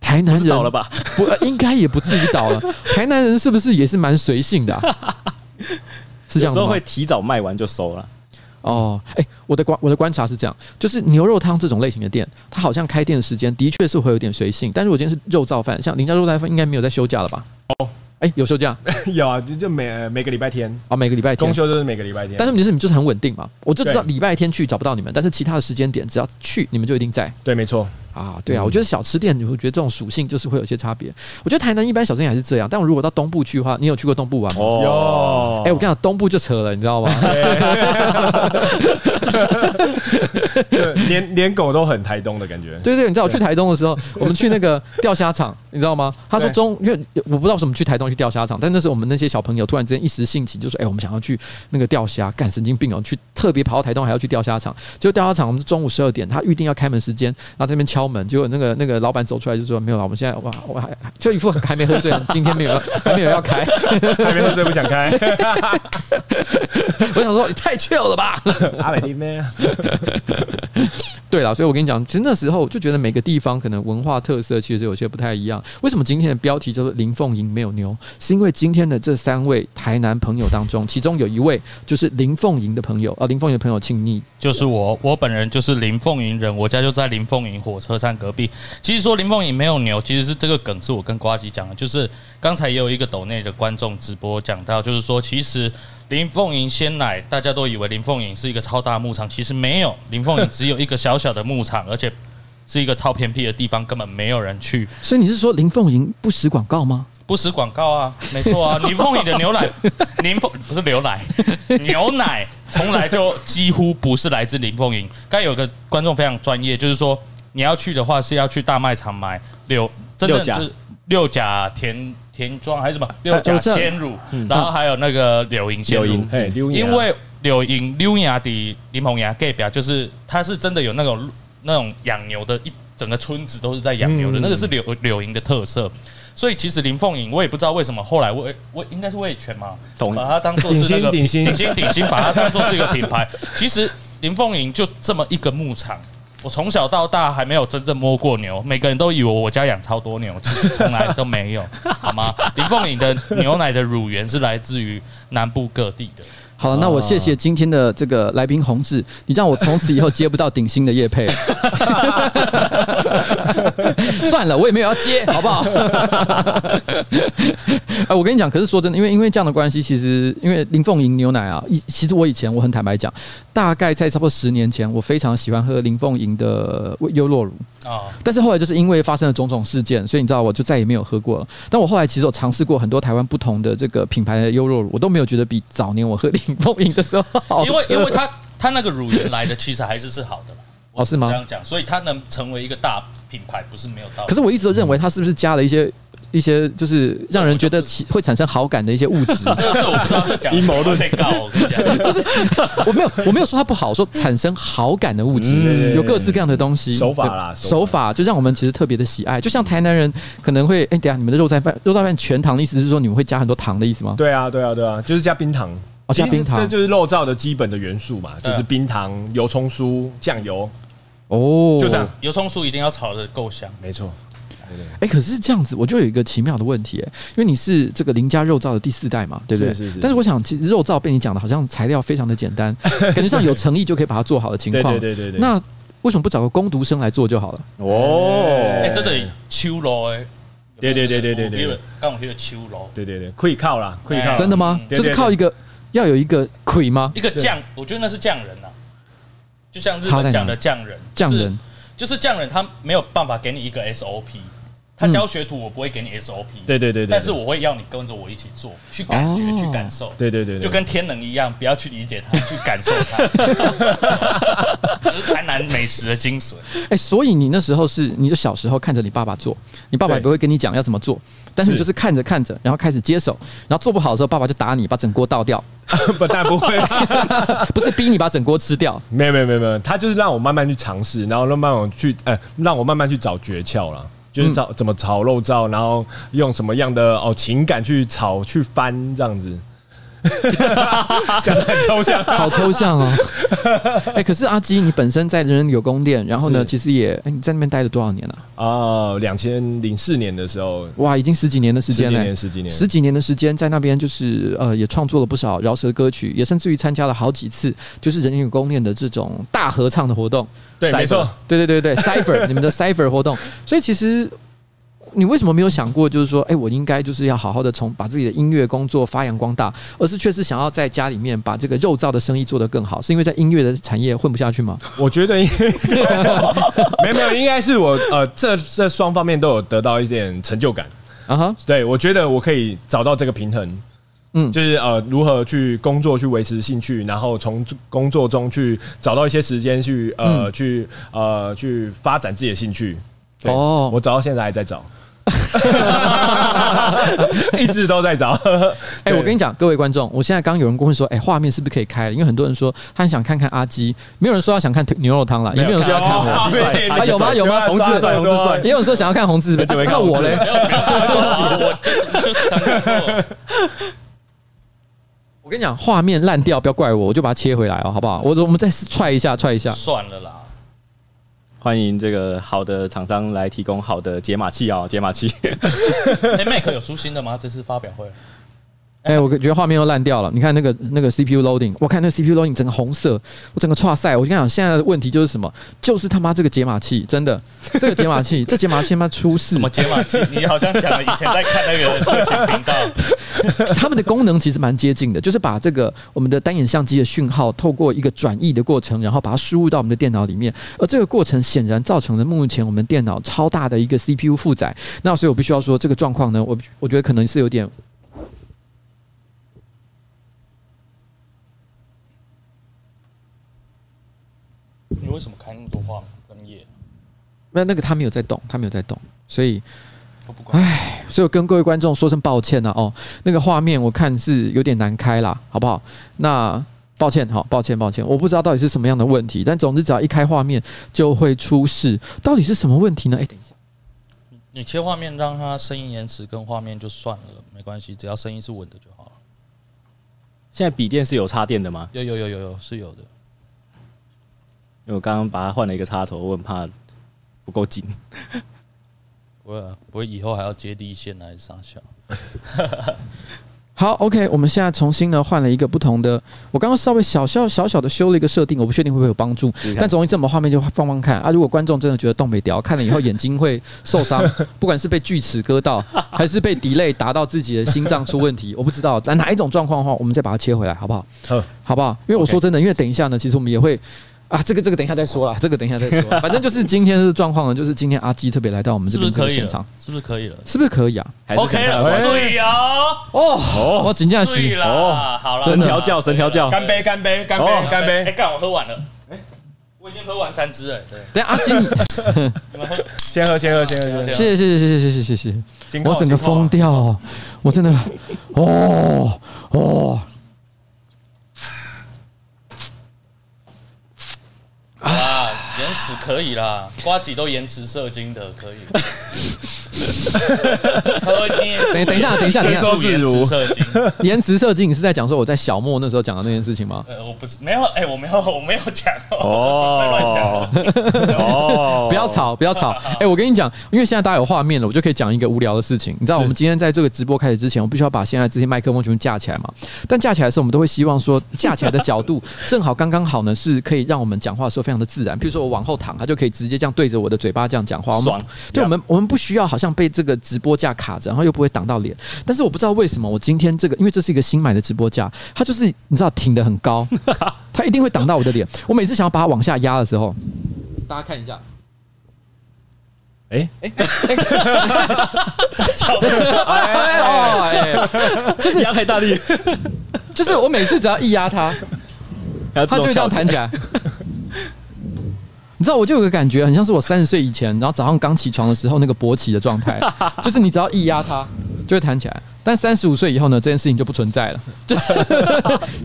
S4: 台南人
S2: 倒了吧？
S4: 不，呃应该也不至于倒了。 [laughs] 台南人是不是也是蛮随性的啊、是这
S2: 有
S4: 样
S2: 时
S4: 子
S2: 候
S4: 吗
S2: 会？提早卖完就收了，
S4: 哦，哎、我的观我的观察是这样，就是牛肉汤这种类型的店，它好像开店的时间的确是会有点随性。但如果今天是肉燥饭，像林家肉燥饭应该没有在休假了吧？哦，哎、有休假
S6: 有啊，就就每呃每个礼拜天，
S4: 啊，每个礼拜天
S6: 公。休就是每个礼拜天。
S4: 但是问题是你们就是很稳定嘛，我就知道
S6: 对
S4: 礼拜天去找不到你们，但是其他的时间点只要去你们就一定在
S6: 对，没错，
S4: 啊。对啊，我觉得小吃店，我觉得这种属性就是会有些差别。我觉得台南一般小吃店还是这样，但我如果到东部去的话，你有去过东部玩吗？
S2: 哦，
S6: 有
S4: 哎、我跟你讲，东部就扯了，你知道吗？
S3: [laughs]
S6: 就连连狗都很台东的感觉。
S4: 对对，你知道我去台东的时候，我们去那个钓虾场，你知道吗？他说
S6: 对
S4: 中，因为我不知道为什么去台东去钓虾场，但那时候我们那些小朋友突然之间一时兴起，就说：“哎、我们想要去那个钓虾，干神经病哦，去特别跑到台东还要去钓虾场。”结果钓虾场我们中午十二点，他预定要开门时间，然后这边敲门，结果那个那个老板走出来就说：“没有了，我们现在哇，我还就一副还没喝醉，今天没有还没有要开。” [laughs]
S6: 还没喝醉不想开，
S4: 我想说你太 chill 了吧。
S6: 阿美弟
S4: 啊
S6: 妹，
S4: 对啦，所以我跟你讲，其实那时候我就觉得每个地方可能文化特色其实有些不太一样。为什么今天的标题叫做“林凤营没有牛”？是因为今天的这三位台南朋友当中，其中有一位就是林凤营的朋友啊、林凤营的朋友，请你
S3: 就是我，我本人就是林凤营人，我家就在林凤营火车站隔壁。其实说林凤营没有牛，其实是这个梗是我跟瓜吉讲的，就是刚才也有一个抖内的观众直播讲到，就是说其实林凤营鲜奶大家都以为林凤营是一个超大牧场，其实没有，林凤营只有一个小小的牧场，而且是一个超偏僻的地方，根本没有人去。
S4: 所以你是说林凤营不实广告吗？
S3: 不实广告啊，没错啊，林凤营的牛奶，林凤不是牛奶，牛奶从来就几乎不是来自林凤营。刚才有个观众非常专业，就是说你要去的话是要去大卖场买六，真的
S2: 六甲
S3: 就是六甲田田庄还是什么六甲
S4: 我知道
S3: 鲜乳，然后还有那个柳营鲜
S2: 柳
S3: 乳
S2: 营，
S4: 哎
S6: 嘿，哎溜啊
S3: 因
S6: 牙
S3: 为柳营啊溜牙的林鹏牙 gay 表，啊就是它是真的有那种那种养牛的一整个村子都是在养牛的，
S6: 嗯
S3: 那个是柳柳营的特色。所以其实林凤营，我也不知道为什么后来为为应该是味全嘛，
S2: 懂
S3: 把它当做是那个
S6: 鼎新鼎
S3: 鼎新鼎新，把它当做是一个品牌。其实林凤营就这么一个牧场。我从小到大还没有真正摸过牛，每个人都以为我家养超多牛，其实从来都 [laughs] 没有，好吗？林凤营的牛奶的乳源是来自于南部各地的，
S4: 好了，那我谢谢今天的这个来宾宏志，你让我从此以后接不到顶薪的业配。算了，我也没有要接，好不 [laughs] 好？哎，我跟你讲，可是说真的，因为因为这样的关系，其实因为林凤营牛奶啊，以其实我以前我很坦白讲，大概在差不多十年前，我非常喜欢喝林凤营的优酪乳，
S3: 哦，
S4: 但是后来就是因为发生了种种事件，所以你知道我就再也没有喝过了。但我后来其实有尝试过很多台湾不同的这个品牌的优酪乳，我都没有觉得比早年我喝林凤营的时候好
S6: 哦
S4: 喝，
S3: 因为因为它它那个乳源来的其实还是是好的啦。
S4: 哦是吗
S3: 我这样讲，所以它能成为一个大品牌，不是没有道理。
S4: [laughs] 可是我一直都认为它是不是加了一些一些就是让人觉得起会产生好感的一些物
S6: [laughs]
S4: 质？
S3: 这这我不知道是讲阴谋论被告，我跟你讲，
S4: 就是我没有我没有说它不好，说产生好感的物质，
S6: 嗯
S4: 有各式各样的东西
S6: 手法啦
S4: 对
S6: 手法
S4: 手法就让我们其实特别的喜爱。就像台南人可能会，哎、等一下你们的肉燥饭，肉燥饭全糖的意思是说你们会加很多糖的意思吗？
S6: 对啊，对啊，对啊，就是加冰糖。
S4: 哦加
S6: 其实
S4: 冰糖啊
S6: 这就是肉燥的基本的元素嘛，
S3: 对
S6: 就是冰糖、油葱酥、酱油，
S4: 哦，
S6: 就这样。
S3: 油葱酥一定要炒的够香。
S6: 没错，
S4: 哎、可是这样子，我就有一个奇妙的问题、哎，因为你是这个林家肉燥的第四代嘛，对不对？
S6: 是是是
S4: 但是我想，其实肉燥被你讲的好像材料非常的简
S6: [laughs]
S4: 单，感觉上有诚意就可以把它做好的情
S6: 对
S4: 况。
S6: 对对对对。
S4: 那为什么不找个工读生来做就好了？
S2: 哦
S3: 哎，这得秋楼哎，
S6: 对对对对对对
S3: 有，刚我去的秋楼，
S6: 对对对，可以靠啦，可以靠。
S3: 哎
S4: 真的吗？
S6: 啊对
S4: 就是靠一个要有一个魁吗？
S3: 一个匠，我觉得那是匠人呐，啊就像日本讲的匠人，
S4: 匠人，
S3: 就是匠人，他没有办法给你一个 SOP，他教学徒我不会给你 SOP，
S6: 嗯对对对对，
S3: 但是我会要你跟着我一起做，去感觉，
S4: 哦
S3: 去感受，
S6: 对对对对，
S3: 就跟天能一样，不要去理解它，去感受它，这是台南美食的精
S4: [laughs]
S3: 髓。
S4: 哎、所以你那时候是你就小时候看着你爸爸做，你爸爸
S6: 对
S4: 也不会跟你讲要怎么做，但是你
S6: 是
S4: 就是看着看着，然后开始接手，然后做不好的时候，爸爸就打你，把整锅倒掉，
S6: [laughs] [laughs] 不但不
S3: [laughs]
S6: 会，
S4: 不是逼你把整锅吃掉。
S6: 没有没有没有没有，他就是让我慢慢去尝试，然后让慢慢去，呃，让我慢慢去找诀窍啦。就是找怎么炒肉燥，然后用什么样的哦情感去炒去翻这样子，讲的很抽象。
S4: [laughs] 好抽象哦。哎、可是阿基，你本身在人人有宫殿，然后呢，其实也、哎你在那边待了多少年了、
S6: 哦，两千零四年的时候，
S4: 哇，已经十几年的
S6: 十
S4: 时
S6: 几
S4: 间了、
S6: 年，十几年，
S4: 十几年的时间，在那边就是呃，也创作了不少饶舌歌曲，也甚至于参加了好几次就是人人有宫殿的这种大合唱的活动。
S6: 对，
S4: Cypher
S6: 没错，
S4: 对对对对，Cipher 你们的 Cipher 活动，所以其实。你为什么没有想过，就是说，哎、我应该就是要好好的从把自己的音乐工作发扬光大，而是确实想要在家里面把这个肉燥的生意做得更好，是因为在音乐的产业混不下去吗？
S6: 我觉得应没有没有，应该是我呃，这这双方面都有得到一点成就感。
S4: 啊哈，
S6: 对我觉得我可以找到这个平衡，嗯，
S4: 嗯
S6: 就是呃，如何去工作去维持兴趣，然后从工作中去找到一些时间去
S4: 嗯
S6: 呃、去呃去发展自己的兴趣。对
S4: 哦
S6: 我找到现在还在
S4: [laughs]
S6: 找，一直都
S4: [laughs]
S6: 在找。
S4: 哎、
S6: 对
S4: 我跟你讲，各位观众，我现在刚有人跟我说，哎、画面是不是可以开了？因为很多人说他很想看看阿基，没有人说要想看牛肉汤了，也没有人说要看
S6: [laughs]
S4: 我，
S6: 对
S4: 啊有吗有吗
S6: 对
S4: 红字
S6: 刷很多
S2: 红字帅
S4: [laughs] 也有人说想要看红字，啊
S6: 对对
S4: 那我嘞
S3: 没？有，没有，
S4: 啊
S3: 我我就就想过，
S4: 我跟你讲，画面烂掉，不要怪我，我就把它切回来哦，好不好？我我们再踹一下，踹一下。 [laughs]
S3: 算了啦。
S2: 欢迎这个好的厂商来提供好的解码器啊、解码器。
S3: 哎，Mac 有出新的吗？这次发表会
S4: 哎、我觉得画面又烂掉了。你看那个那个 CPU loading，我看那 CPU loading 整个红色，我整个岔赛。我跟你讲，现在的问题就是什么？就是他妈这个解码器，真的，这个解码器，这解码器他妈出事 [laughs]
S3: 什。么解码器？你好像讲了以前在看那个社群频道，
S4: 他们的功能其实蛮接近的，就是把这个我们的单眼相机的讯号透过一个转译的过程，然后把它输入到我们的电脑里面。而这个过程显然造成了目前我们电脑超大的一个 CPU 负载。那所以我必须要说，这个状况呢，我我觉得可能是有点。
S3: 你为什么开那么多画跟页？
S4: 那那个他没有在动，他没有在动，所以
S3: 都不
S4: 哎
S3: 管。
S4: 所以我跟各位观众说声抱歉了、哦，那个画面我看是有点难开啦，好不好？那抱歉，好，抱歉，抱歉，我不知道到底是什么样的问题，但总之只要一开画面就会出事，到底是什么问题呢？哎、等一下，
S3: 你切画面让它声音延迟跟画面就算了，没关系，只要声音是稳的就好了。
S2: 现在笔电是有插电的吗？
S3: 有有有有有是有的，
S2: 因为我刚刚把它换了一个插头，我很怕不够
S4: [laughs]
S2: 紧。
S3: 不会啊，不会以后还要接地线来傻笑。
S4: 好，OK，我们现在重新呢换了一个不同的，我刚刚稍微小小小小的修了一个设定，我不确定会不会有帮助
S2: 试试，看
S4: 但总之这么画面就放放看啊。如果观众真的觉得东北屌看了以后眼睛会受
S3: [laughs]
S4: 伤，不管是被锯齿割到，还是被 delay 打到自己的心脏出问题，我不知道但哪一种状况的话，我们再把它切回来，好不好？
S6: 好
S4: 好不好？因为我说真的，因为等一下呢，其实我们也会。啊，这个这个等一下再说啦，这个等一下再说啦。反正就是今天的状况呢，就是今天阿基特别来到我们
S3: 是
S4: 这
S3: 不是
S4: 边这
S3: 可
S4: 个
S3: 以啊
S4: 现
S3: 了
S4: 场，？
S3: 是不是可以了
S4: 是不是可以啊？
S2: 还是想
S3: ？OK
S2: 看
S3: 了，所以哦，啊
S4: 哦，我真正
S3: 所以
S4: 是
S3: 啦，好了，
S2: 神调教，神调教，
S6: 干杯，干杯，干
S2: 哦
S6: 杯，干
S3: 哎，
S6: 杯！
S3: 干，我喝完了，我已经喝完三支了，对，
S4: 等一下阿基你，
S3: 你们喝，
S6: 先喝，先喝，先喝，先喝
S3: 对啊
S4: 谢谢谢谢谢谢谢谢，
S6: 先喝！
S4: 我整个
S6: 先喝
S4: 疯掉哦，我
S3: [laughs]
S4: 真的，哦哦，
S3: 啊，延迟可以啦，瓜子都延迟射精的，可以。喝你
S4: 等等一下等一下等一下
S3: 注意延迟射精。
S4: 延迟射精你是在讲说我在小莫那时候讲的那件事情吗？
S3: 呃，我不是没有，哎、我没有，我没有讲哦，在乱
S2: 哦
S3: 讲。
S6: [laughs]
S2: 哦，
S4: 不要，吵，不要吵！哎、我跟你讲，因为现在大家有画面了，我就可以讲一个无聊的事情。你知道，我们今天在这个直播开始之前，我必须要把现在这些麦克风全部架起来嘛。但架起来的时候，我们都会希望说，架起来的角度正好刚刚好呢，是可以让我们讲话的时候非常的自然。比如说我往后躺，它就可以直接这样对着我的嘴巴这样讲话。我们
S2: 爽
S4: 对我们，我们不需要好像被这个直播架卡着，然后又不会挡到脸。但是我不知道为什么，我今天这个，因为这是一个新买的直播架，它就是你知道挺得很高，它一定会挡到我的脸。我每次想要把它往下压的时候，大家看一下。
S6: 哎
S4: 哎哎哎！哦哎，就是
S2: 压太大力，
S4: 就是，我每次只要一压它，
S2: 它
S4: 它就会这样弹起来。你知道，我就有个感觉，很像是我三十岁以前，然后早上刚起床的时候那个勃起的状态，就是你只要一压它，就会弹起来。但三十五岁以后呢，这件事情就不存在了，就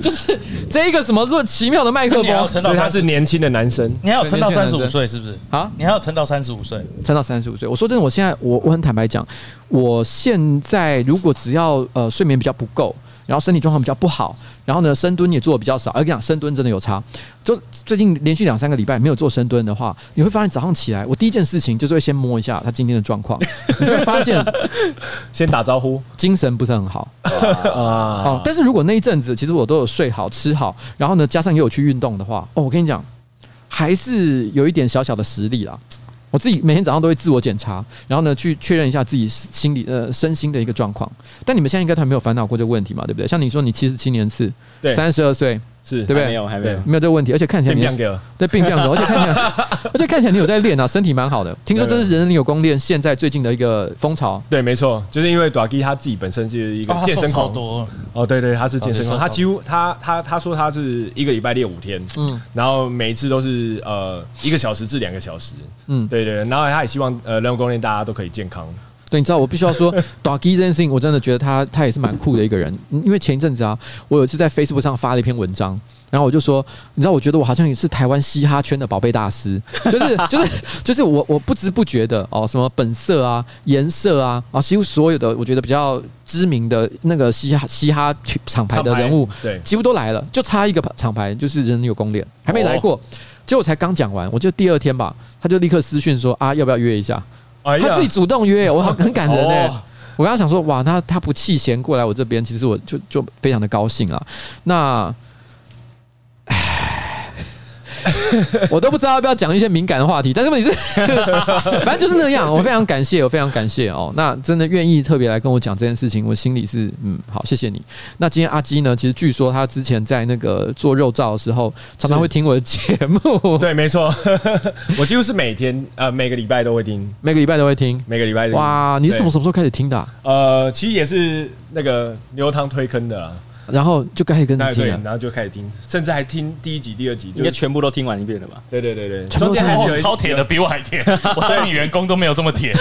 S4: 就是这个什么论奇妙的麦克
S3: 你还有
S4: 风
S3: 撑
S6: 所
S3: 到
S6: 以他
S3: 三
S6: 是
S3: 十，
S6: 年轻的男生，
S3: 你还有撑到三十五岁是不是？
S4: 啊，
S3: 你还有撑到三十五岁，
S4: 撑到三十五岁。我说真的，我现在我我很坦白讲，我现在如果只要呃睡眠比较不够，然后身体状况比较不好，然后呢深蹲也做的比较少，呃而跟你讲深蹲真的有差，就最近连续两三个礼拜没有做深蹲的话，你会发现早上起来，我第一件事情就是会先摸一下他今天的状况，你就会发现
S6: 先打招呼
S4: 精神不是很好。
S6: 啊！
S4: 哦，但是如果那一阵子其实我都有睡好、吃好，然后呢加上也有去运动的话，哦，我跟你讲，还是有一点小小的实力啦。我自己每天早上都会自我检查，然后呢去确认一下自己心理呃身心的一个状况。但你们现在应该都还没有烦恼过这个问题嘛，对不对？像你说你七十七年次，
S6: 对
S4: 三十二岁，
S6: 是，
S4: 对不对？
S2: 没有还没有
S4: 没有这个问题，而且看起来
S6: 变
S4: 你
S6: 亮给我
S4: 对，病病的，而且
S6: [laughs]
S4: 看起来，而且看起来你有在练啊，身体蛮好的。听说这是人人有功练现在最近的一个风潮，
S6: 对，没错，就是因为 d a g 他自己本身就是一个
S3: 哦，他
S6: 健
S3: 瘦
S6: 身
S3: 超
S6: 狂，
S3: 多了，
S6: 哦，对对，他是健身
S3: 哦对
S6: 狂，
S3: 瘦
S6: 他几乎他他他说他是一个礼拜练五天，
S4: 嗯
S6: 嗯，然后每一次都是呃一个小时至两个小时，
S4: 嗯
S6: 嗯，对对，然后他也希望呃人工练大家都可以健康，
S4: 对，你知道我必须
S6: [laughs]
S4: 要说，Doggy 这件事情，我真的觉得他他也是蛮酷的一个人。嗯因为前一阵子啊，我有一次在 Facebook 上发了一篇文章，然后我就说，你知道，我觉得我好像也是台湾嘻哈圈的宝贝大师，就是就是就是我我不知不觉的哦，什么本色啊、颜色啊啊，几乎所有的我觉得比较知名的那个嘻哈嘻哈厂牌的人物，
S6: 厂牌对
S4: 几乎都来了，就差一个厂牌，就是人有攻略还没来过。
S6: 哦
S4: 结果才刚讲完，我记得第二天吧，他就立刻私讯说啊，要不要约一下？
S6: 哎呀
S4: 他自己主动约，我很很感人呢、
S6: 哦
S4: 我刚刚想说，哇，他他不弃嫌过来我这边，其实我就就非常的高兴了。那，唉，我都不知道要不要讲一些敏感的话题，但是问 [laughs] 题是，反正就是那样。我非常感谢，我非常感谢哦。那真的愿意特别来跟我讲这件事情，我心里是嗯，好，谢谢你。那今天阿基呢，其实据说他之前在那个做肉照的时候，常常会听我的节目，
S6: 对，没错， [laughs] 我几乎是每天呃每个礼拜都会听，
S4: 每个礼拜都会听。
S6: 每个礼拜都听
S4: 哇，你是从
S6: 对
S4: 什么时候开始听的啊、
S6: 呃，其实也是那个牛汤推坑的啦，
S4: 然后就开始跟他
S6: 那
S4: 听
S6: 对，
S4: 了
S6: 然。后就开始听，甚至还听第一集、第二集，
S2: 应
S6: 就
S2: 该全部都听完一遍了
S4: [laughs]
S2: 吧？
S6: 对对对对，
S4: 全部
S6: 中
S4: 都
S6: 间
S4: 听
S6: 还是有
S3: 哦，
S6: 一
S3: 超铁的，比我还铁，我对你员工都没有这么铁。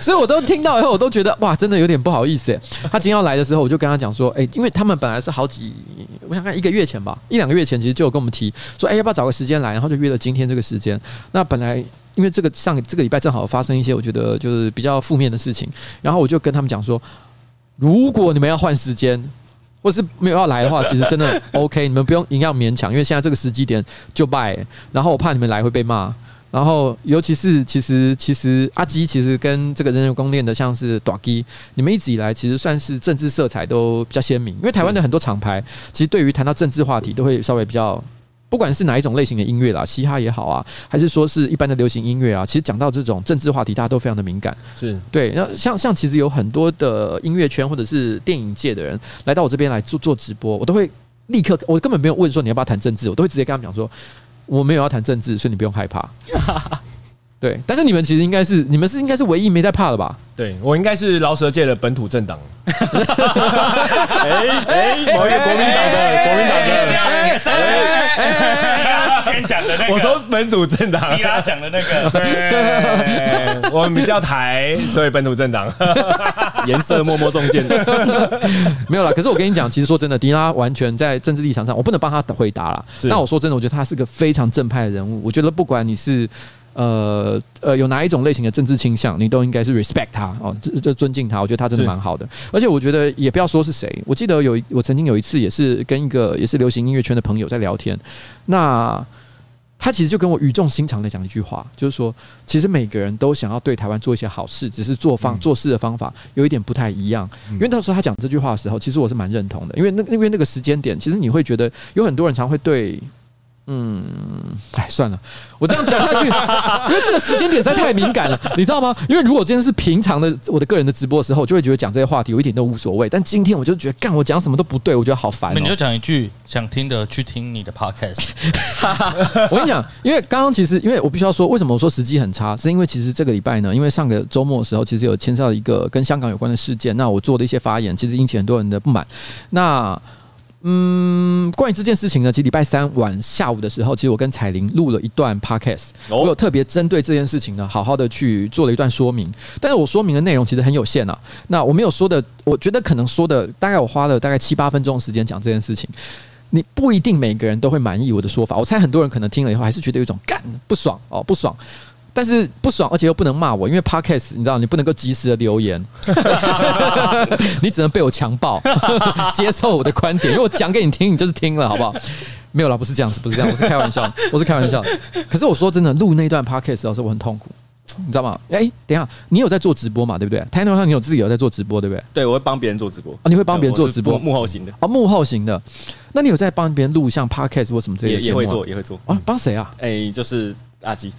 S4: 所以我都听到以后，我都觉得哇，真的有点不好意思耶。他今天要来的时候，我就跟他讲说，哎、因为他们本来是好几，我想看一个月前吧，一两个月前其实就有跟我们提说，哎、要不要找个时间来，然后就约了今天这个时间。那本来。因为这个上这个礼拜正好发生一些我觉得就是比较负面的事情，然后我就跟他们讲说，如果你们要换时间，或是没有要来的话，其实真的 OK，你们不用一定要勉强，因为现在这个时机点就拜、然后我怕你们来会被骂，然后，尤其是其实其实阿基其实跟这个人人公链的，像是短基，你们一直以来其实算是政治色彩都比较鲜明，因为台湾的很多厂牌其实对于谈到政治话题都会稍微比较。不管是哪一种类型的音乐啦，嘻哈也好啊，还是说是一般的流行音乐啊，其实讲到这种政治话题，大家都非常的敏感。
S6: 是
S4: 对，那像像其实有很多的音乐圈或者是电影界的人来到我这边来做做直播，我都会立刻，我根本没有问说你要不要谈政治，我都会直接跟他们讲说我没有要谈政治，所以你不用害怕。对，但是你们其实应该是你们是应该是唯一没在怕的吧？
S6: 对我应该是饶舌界的本土政党，
S2: 哎哎，某一个国民党的国民党的，
S3: 他之前讲的那个，
S6: 我说本土政党，
S3: 迪拉讲的那个，
S6: 哎我们比较台，所以本土政党。
S2: 颜色默默中间
S4: [laughs]
S2: 的，
S4: 没有啦，可是我跟你讲，其实说真的，迪拉完全在政治立场上，我不能帮他回答啦。
S6: 是
S4: 但我说真的，我觉得他是个非常正派的人物。我觉得不管你是呃呃有哪一种类型的政治倾向，你都应该是 respect 他哦，这这尊敬他。我觉得他真的
S6: 是
S4: 蛮好的，而且我觉得也不要说是谁，我记得有一我曾经有一次也是跟一个也是流行音乐圈的朋友在聊天，那。他其实就跟我语重心长的讲一句话，就是说，其实每个人都想要对台湾做一些好事，只是做
S3: 嗯
S4: 方做事的方法有一点不太一样。因为那时候他讲这句话的时候，其实我是蛮认同的，因为那因为那个时间点，其实你会觉得有很多人常会对。嗯，哎，算了，我这样讲下去，因为这个时间点实在太敏感了，你知道吗？因为如果今天是平常的我的个人的直播的时候，我就会觉得讲这些话题我一点都无所谓，但今天我就觉得干我讲什么都不对，我觉得好烦、哦。
S3: 那你就讲一句想听的去听你的 podcast，
S4: [laughs] 我跟你讲，因为刚刚其实，因为我必须要说，为什么我说时机很差，是因为其实这个礼拜呢，因为上个周末的时候，其实有牵涉到一个跟香港有关的事件，那我做的一些发言，其实引起很多人的不满。那嗯，关于这件事情呢，其实礼拜三晚下午的时候，其实我跟彩玲录了一段 podcast，、
S2: 哦
S4: 我有特别针对这件事情呢，好好的去做了一段说明。但是我说明的内容其实很有限啊，那我没有说的，我觉得可能说的大概我花了大概七八分钟的时间讲这件事情。你不一定每个人都会满意我的说法，我猜很多人可能听了以后还是觉得有一种干不爽哦，不爽。但是不爽，而且又不能骂我，因为 podcast 你知道，你不能够及时的
S2: [laughs]
S4: 留言，你只能被我强暴， [laughs] 接受我的观点，因为我讲给你听，你就是听了，好不好？没有啦，不是这样子，不是这样，我是开玩笑，我是开玩笑。可是我说真的，录那段 podcast 的时候，我很痛苦，你知道吗？哎、等一下，你有在做直播嘛？对不对？台面上你有自己有在做直播，对不对？
S2: 对我会帮别人做直播，
S4: 啊，你会帮别人做直播
S2: 我是幕幕后型的，
S4: 啊，幕后型的。那你有在帮别人录像 podcast 或什么这些
S2: 也
S4: 节
S2: 也
S4: 目、啊？
S2: 会做，也会做。
S4: 啊，帮谁啊？
S2: 哎，就是阿基，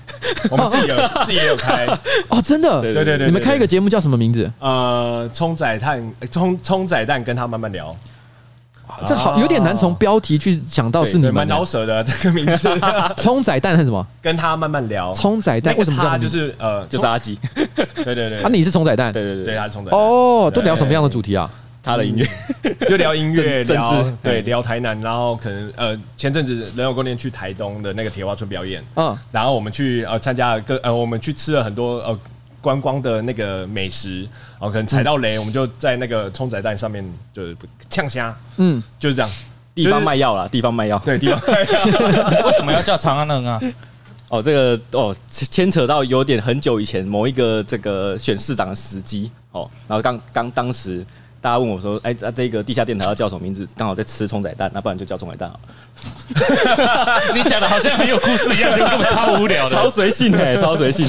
S6: 我们自己有自己也有开，
S4: 哦，真的，
S2: 对
S6: 对对对，
S4: 你们开一个
S6: 对
S4: 节目叫什么名字？
S6: 呃，冲仔蛋，呃冲冲仔蛋，跟他慢慢聊，
S4: 哦这好有点难从标题去想到是你
S6: 对，
S4: 们
S6: 蛮老
S4: 的
S6: 舍的这个名字，
S4: 冲仔蛋是什么？
S6: 跟他慢慢聊。
S4: 冲仔
S6: 那
S4: 蛋为
S6: 个
S4: 什么叫
S6: 他
S4: 你
S6: 就是呃，
S2: 就是阿基，
S6: 冲对对对
S4: 啊？，你是冲仔蛋？
S2: 对对
S6: 对
S2: 对，
S6: 他是冲仔蛋，
S4: 哦，都
S6: 对
S4: 聊什么样的主题啊？
S2: 他的音乐，
S6: [laughs] 就聊音乐，
S2: 政政
S6: 聊
S2: 治
S6: 对聊台南，然后可能呃前阵子人有宫殿去台东的那个铁花村表演，
S4: 嗯，
S6: 然后我们去呃参加了各呃我们去吃了很多呃观光的那个美食，哦、可能踩到雷，我们就在那个冲仔蛋上面就是呛虾，
S4: 嗯，
S6: 就是这样，
S2: 地方卖药啦，地方卖药。
S6: 对地方
S3: 为什么要叫长安人啊？
S2: 哦，这个哦，牵扯到有点很久以前某一个这个选市长的时机哦，然后刚刚当时大家问我说，哎、那、这个地下电台要叫什么名字？刚好在吃冲仔蛋，那不然就叫冲仔蛋好了，
S3: 你讲的好像很有故事一样，就根本超无
S2: [laughs]
S3: 聊
S2: 超
S3: 的。
S2: 随性
S4: [laughs]
S2: 哎、超随性。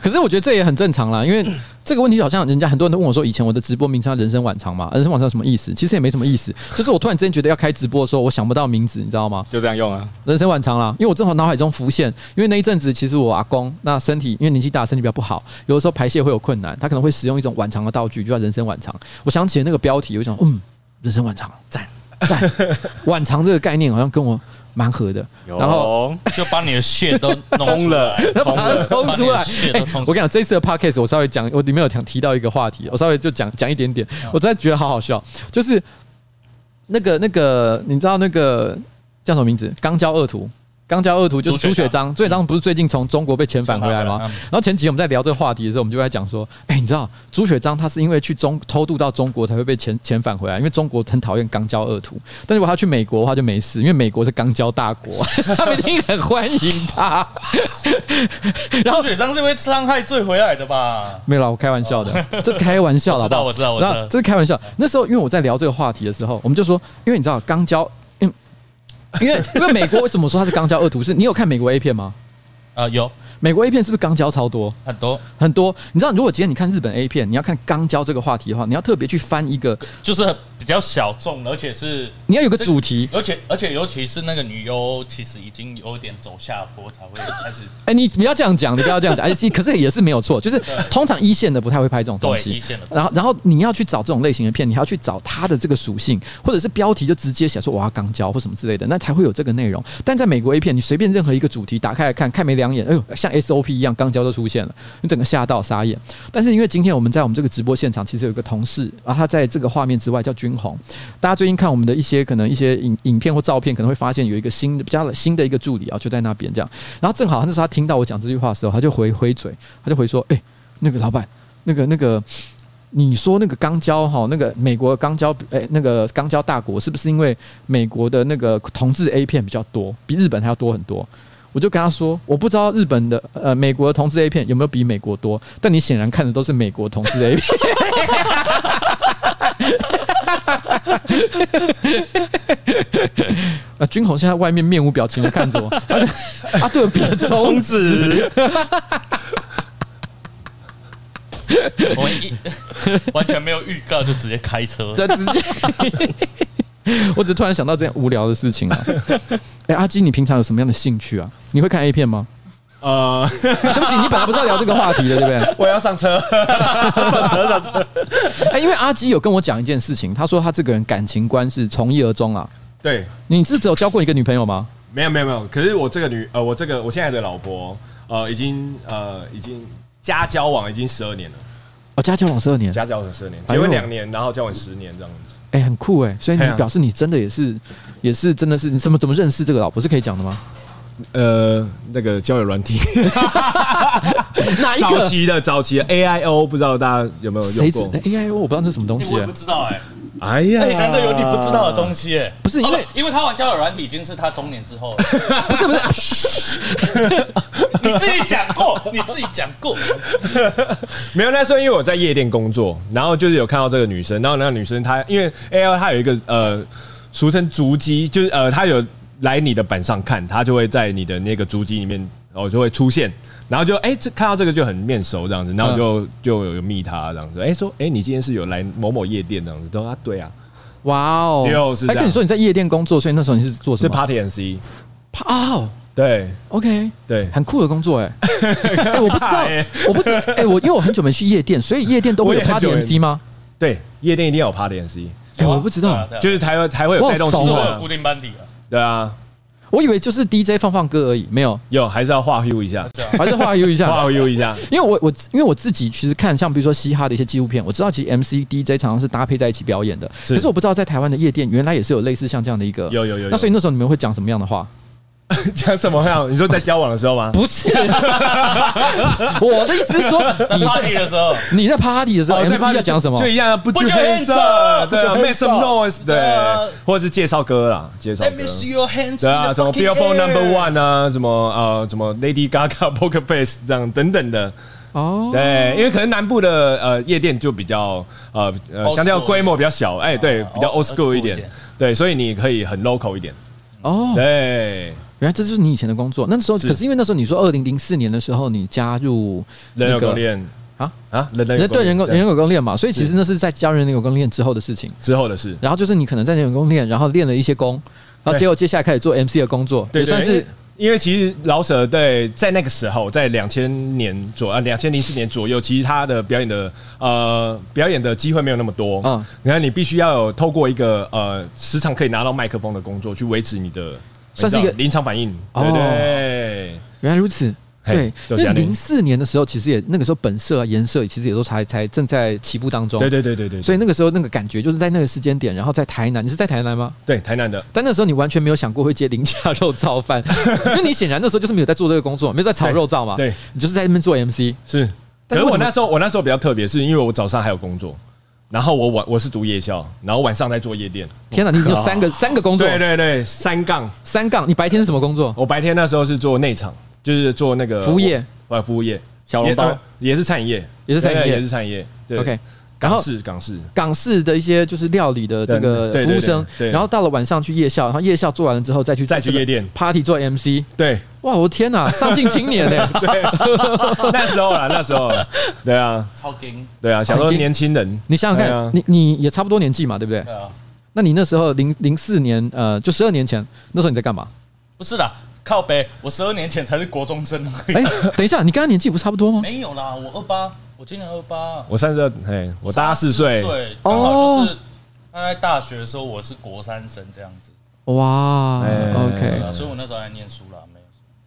S4: 可是我觉得这也很正常啦，因为这个问题好像人家很多人都问我说，以前我的直播名称叫人生晚长嘛，人生晚长什么意思？其实也没什么意思，就是我突然之间觉得要开直播的时候，我想不到名字，你知道吗？
S2: 就这样用啊，
S4: 人生晚长啦，因为我正好脑海中浮现，因为那一阵子其实我阿公那身体因为年纪大，身体比较不好，有的时候排泄会有困难，他可能会使用一种晚长的道具，就叫人生晚长。我想起了那个标题，我想，嗯，人生晚长，赞赞， [laughs] 晚长这啊个概念好像跟我蛮合的。然后
S6: 哦
S2: 后
S3: 就把你的血都弄出
S2: 通了
S3: 来，
S4: 把它冲出来
S3: 把你的血，都
S4: 哎
S3: 冲出来
S4: 我跟你讲，这一次的 podcast 我稍微讲，我里面有讲提到一个话题，我稍微就讲讲一点点，我真的觉得好好笑，就是那个那个，你知道那个叫什么名字？肛交恶徒。肛交恶徒就是朱
S3: 朱
S4: 雪
S3: 雪
S4: 章，朱雪章不是最近从中国被遣返回来吗？
S3: 嗯
S4: 然后前几天我们在聊这个话题的时候，我们就在讲说，哎、你知道朱雪章他是因为去中偷渡到中国才会被遣遣返回来，因为中国很讨厌肛交恶徒。但如果他去美国的话就没事，因为美国是肛交大国， [laughs] 他们一定很欢迎他。
S3: 然后雪商是因为伤害罪回来的吧？
S4: 没有啦，我开玩笑的， [laughs] 这是开玩笑的，
S3: 我知道
S4: 好不好
S3: 我知道我知道
S4: 那这是开玩笑。那时候因为我在聊这个话题的时候，我们就说，因为你知道肛交， [laughs] 嗯，因为因为美国为什么说它是肛交恶徒？是你有看美国 A 片吗？
S3: 啊，有
S4: 美国 A 片是不是肛交超多？
S3: 很多
S4: 很多，你知道，如果今天你看日本 A 片，你要看肛交这个话题的话，你要特别去翻一个，
S3: 就是比较小众，而且是
S4: 你要有个主题。
S3: 而且而且尤其是那个女优，其实已经有点走下坡，才会开始
S4: 哎、你不要这样讲，你不要这样讲。哎，可是也是没有错，就是通常一线的不太会拍这种东
S3: 对一
S4: 西
S3: 线的。
S4: 然后，然后你要去找这种类型的片，你还要去找它的这个属性，或者是标题就直接写说我要肛交或什么之类的，那才会有这个内容。但在美国 A 片，你随便任何一个主题打开来看，看没两眼，哎呦，像 SOP 一样肛交就出现了，你整个吓到傻眼。但是因为今天我们在我们这个直播现场，其实有一个同事啊，他在这个画面之外叫君红，大家最近看我们的一些可能一些影影片或照片，可能会发现有一个新的比较新的一个助理啊，就在那边这样。然后正好那时候他听到我讲这句话的时候，他就回回嘴，他就回说：“哎、那个老板，那个那个，你说那个肛交哈，那个美国的肛交，哎、那个肛交大国是不是因为美国的那个同志 A 片比较多，比日本还要多很多？”我就跟他说，我不知道日本的呃美国的同志 A 片有没有比美国多，但你显然看的都是美国同志 A 片。 [laughs] 啊，军红现在外面面无表情的看着我，他就啊， [laughs] 对，比了中指。
S2: 子，
S3: 我一 [laughs] 完全没有预告就直接开
S4: [laughs]
S3: 车，
S4: 在直接。我只是突然想到这样无聊的事情啊！ [laughs] 哎、阿基，你平常有什么样的兴趣啊？你会看 A 片吗？
S6: 呃，
S4: 对不起，你本来不是要聊这个话题的，对不对？ [laughs]
S6: 我要上车，上车，上车。
S4: 哎、因为阿基有跟我讲一件事情，他说他这个人感情观是从一而终啊。
S6: 对，
S4: 你是只有交过一个女朋友吗？
S6: 没有没有没有，可是我这个女呃，我这个我现在的老婆呃，已经呃已经加交往已经十二年了，
S4: 哦，加交往十二年，
S6: 加交往十二年，
S4: 哎
S6: 结
S4: 呦
S6: 婚两年，然后交往十年这样子。
S4: 哎、很酷哎、所以你
S6: 嘿啊
S4: 表示你真的也是，也是真的是，你怎么怎么认识这个老婆是可以讲的吗？
S6: 呃，那个交友软 [laughs] 体，哎
S4: 哪一
S6: 早
S4: 个？
S6: 期的早期的 AIO，不知道大家有没有用
S4: 谁知
S6: 过？
S4: ？A I O 我不知道那是什么东
S3: 欸
S4: 西、
S3: 我
S4: 欸
S3: 也不，知道哎、
S6: 哎呀，
S3: 哎、难得有你不知道的东西哎、
S4: 啊不是因为
S3: 哦因为他玩交友软体已经是他中年之后了，
S4: 不是不是啊嘘，
S3: [laughs] 你自己讲过，你自己讲过，
S6: 没有，那时候因为我在夜店工作，然后就是有看到这个女生，然后那个女生她因为 A L 她有一个呃俗称足迹，就是呃她有来你的板上看，她就会在你的那个足迹里面，然后就会出现，然后就哎、这看到这个就很面熟这样子，然后就、就有密她这样子，哎、说哎、你今天是有来某某夜店这样子，都说啊对啊，
S4: 哇哦，
S6: 就是这
S4: 哎，
S6: 样
S4: 跟你说你在夜店工作，所以那时候你是做什
S6: 是
S4: 么？
S6: Party N C，
S4: 啪哦
S6: 对
S4: ，OK，
S6: 对，
S4: 很酷的工作
S6: [laughs]
S4: 哎、哎、我不知道
S6: 怕欸，
S4: 我不知道，哎、我因为我很久没去夜店，所以夜店都会有
S6: 我也很
S4: party
S6: 久没
S4: MC 吗？
S6: 对，夜店一定要有 Party N C，
S4: 哎、我不知道，
S3: 对啊对啊
S6: 就是才会才会有
S4: 哇
S6: 带动气
S4: 熟
S3: 是我
S6: 氛
S3: 有
S6: 啊
S3: 固，定班底了，
S6: 对啊，
S4: 我以为就是 DJ 放放歌而已，没有，
S6: 有还是要化 U 一下，
S4: 还是化 U 一下。
S6: 化 U 一下。
S4: 因为我我因为我自己其实看像比如说嘻哈的一些纪录片，我知道其实 MC DJ 常常是搭配在一起表演的，
S6: 是
S4: 可是我不知道在台湾的夜店原来也是有类似像这样的一个
S6: 有有有有
S4: 那所以那时候你们会讲什么样的话？
S6: 讲什么呀？你说在交往的时候吗？
S4: 不是， [laughs] 我的意思是说你
S3: 在 party
S4: 在
S3: 的时候，
S4: 你在 party 的时候、
S6: 哦在
S4: MC
S6: 旁边
S4: 要讲什么
S6: 就？一样，啊不
S3: 不
S6: 就
S3: 就
S6: 黑
S3: hands
S6: 色，
S3: up，
S6: 对啊
S3: 不就
S6: ，make some noise，
S3: 对啊
S6: 对，或者是介绍歌啦，介绍歌
S5: Let，me see your hands in
S6: 对啊，
S5: the
S6: 什么
S5: fucking
S6: Billboard Number
S5: air.
S6: One 啊，什么呃，什么 Lady Gaga、Poker Face 这样等等的，
S4: 哦，
S6: 对，因为可能南部的呃夜店就比较呃呃，
S3: Old
S6: 相较
S3: school
S6: 规模比较小，哎，对，比较
S3: old
S6: old school
S3: school
S6: 一
S3: 一
S6: 点
S3: 点，
S6: 对，所以你可以很 local 一点，
S4: 哦，
S6: 对，
S4: 原来这就是你以前的工作。那时候，可是因为那时候你说二零零四年的时候你加入
S6: 人
S4: 那
S6: 有
S4: 个
S6: 公恋
S4: 啊
S6: 啊，人人有
S4: 人
S6: 公
S4: 对
S6: 恋
S4: 人工人工练嘛，所以其实那是在加入人工练之后的事情。
S6: 之后的事，
S4: 然后就是你可能在人工练，然后练了一些功，然后
S6: 对
S4: 结果接下来开始做 MC 的工作，
S6: 对
S4: 也算
S6: 对因为
S4: 是
S6: 因为其实老舍对在那个时候，在两千年左啊两千零四年左右，其实他的表演的呃表演的机会没有那么多。
S4: 嗯
S6: 嗯，然后你必须要有透过一个呃时常可以拿到麦克风的工作去维持你的，
S4: 算是一
S6: 你
S4: 个
S6: 知道临场反应。
S4: 哦
S6: 对对
S4: 原来如此。
S6: 嘿
S4: 对，因
S6: 就
S4: 为
S6: 这样
S4: 零四年的时候，其实也那个时候本色啊、颜色其实也都才才正在起步当中。
S6: 对对对对对，
S4: 所
S6: 以
S4: 以那个时候那个感觉就是在那个时间点，然后在台南，你是在台南吗？
S6: 对台南的
S4: 但那时候你完全没有想过会接零价肉
S6: [laughs]
S4: 燥饭，因为你显然那时候就是没有在做这个工作，没有在炒
S6: 对
S4: 肉燥嘛，
S6: 对
S4: 你就是在那边做 MC。
S6: 是，可
S4: 但
S6: 是
S4: 是为
S6: 我
S4: 什么
S6: 那时候我那时候比较特别，是因为我早上还有工作，然后我晚我是读夜校，然后晚上在做夜店。
S4: 天哪，你有三个三个工作，
S6: 哦对对对，三杠。
S4: 三杠，你白天是什么工作？
S6: 我白天那时候是做内场，就是做那个
S4: 服务业，
S6: 呃，服务业，
S2: 小笼
S6: 也
S2: 包
S6: 呃也是餐饮业，
S4: 也是餐饮业
S6: 对也是餐饮业。对
S4: OK，
S6: 港
S4: 后
S6: 式港式，
S4: 港式的一些就是料理的这个
S6: 对对
S4: 服
S6: 对
S4: 务生，
S6: 对
S4: 然后到了晚上去夜校，然后夜校做完了之后再去
S6: 再去
S4: 这个
S6: 夜店
S4: party 做 MC。
S6: 对，
S4: 哇，我的
S6: [laughs]
S4: 天哪，上进青年欸呢？
S6: 那时候啦，那时候啦，对啊，
S3: 超金
S6: 对啊，想说
S4: 你
S6: 年轻人，
S4: 你想想
S6: 对啊
S4: 看，你你也差不多年纪嘛，对不对？
S3: 对啊，
S4: 那你那时候零零四年，呃，就十二年前，那时候你在
S6: [laughs]
S4: 干嘛？
S3: 不是啦，靠北，我十二年前才是国中生而已，
S4: 哎，等一下，你跟他年纪不差不多吗？
S3: 没有啦，我二八，我今年二八，
S6: 我三十二，哎，我大他四岁，
S3: 对，
S4: 哦
S3: 刚好就是他在大学的时候，我是国三生这样子，
S4: 哇
S6: 哎
S3: 对
S4: ，OK，
S3: 啊，所以我那时候还在念书啦，没有。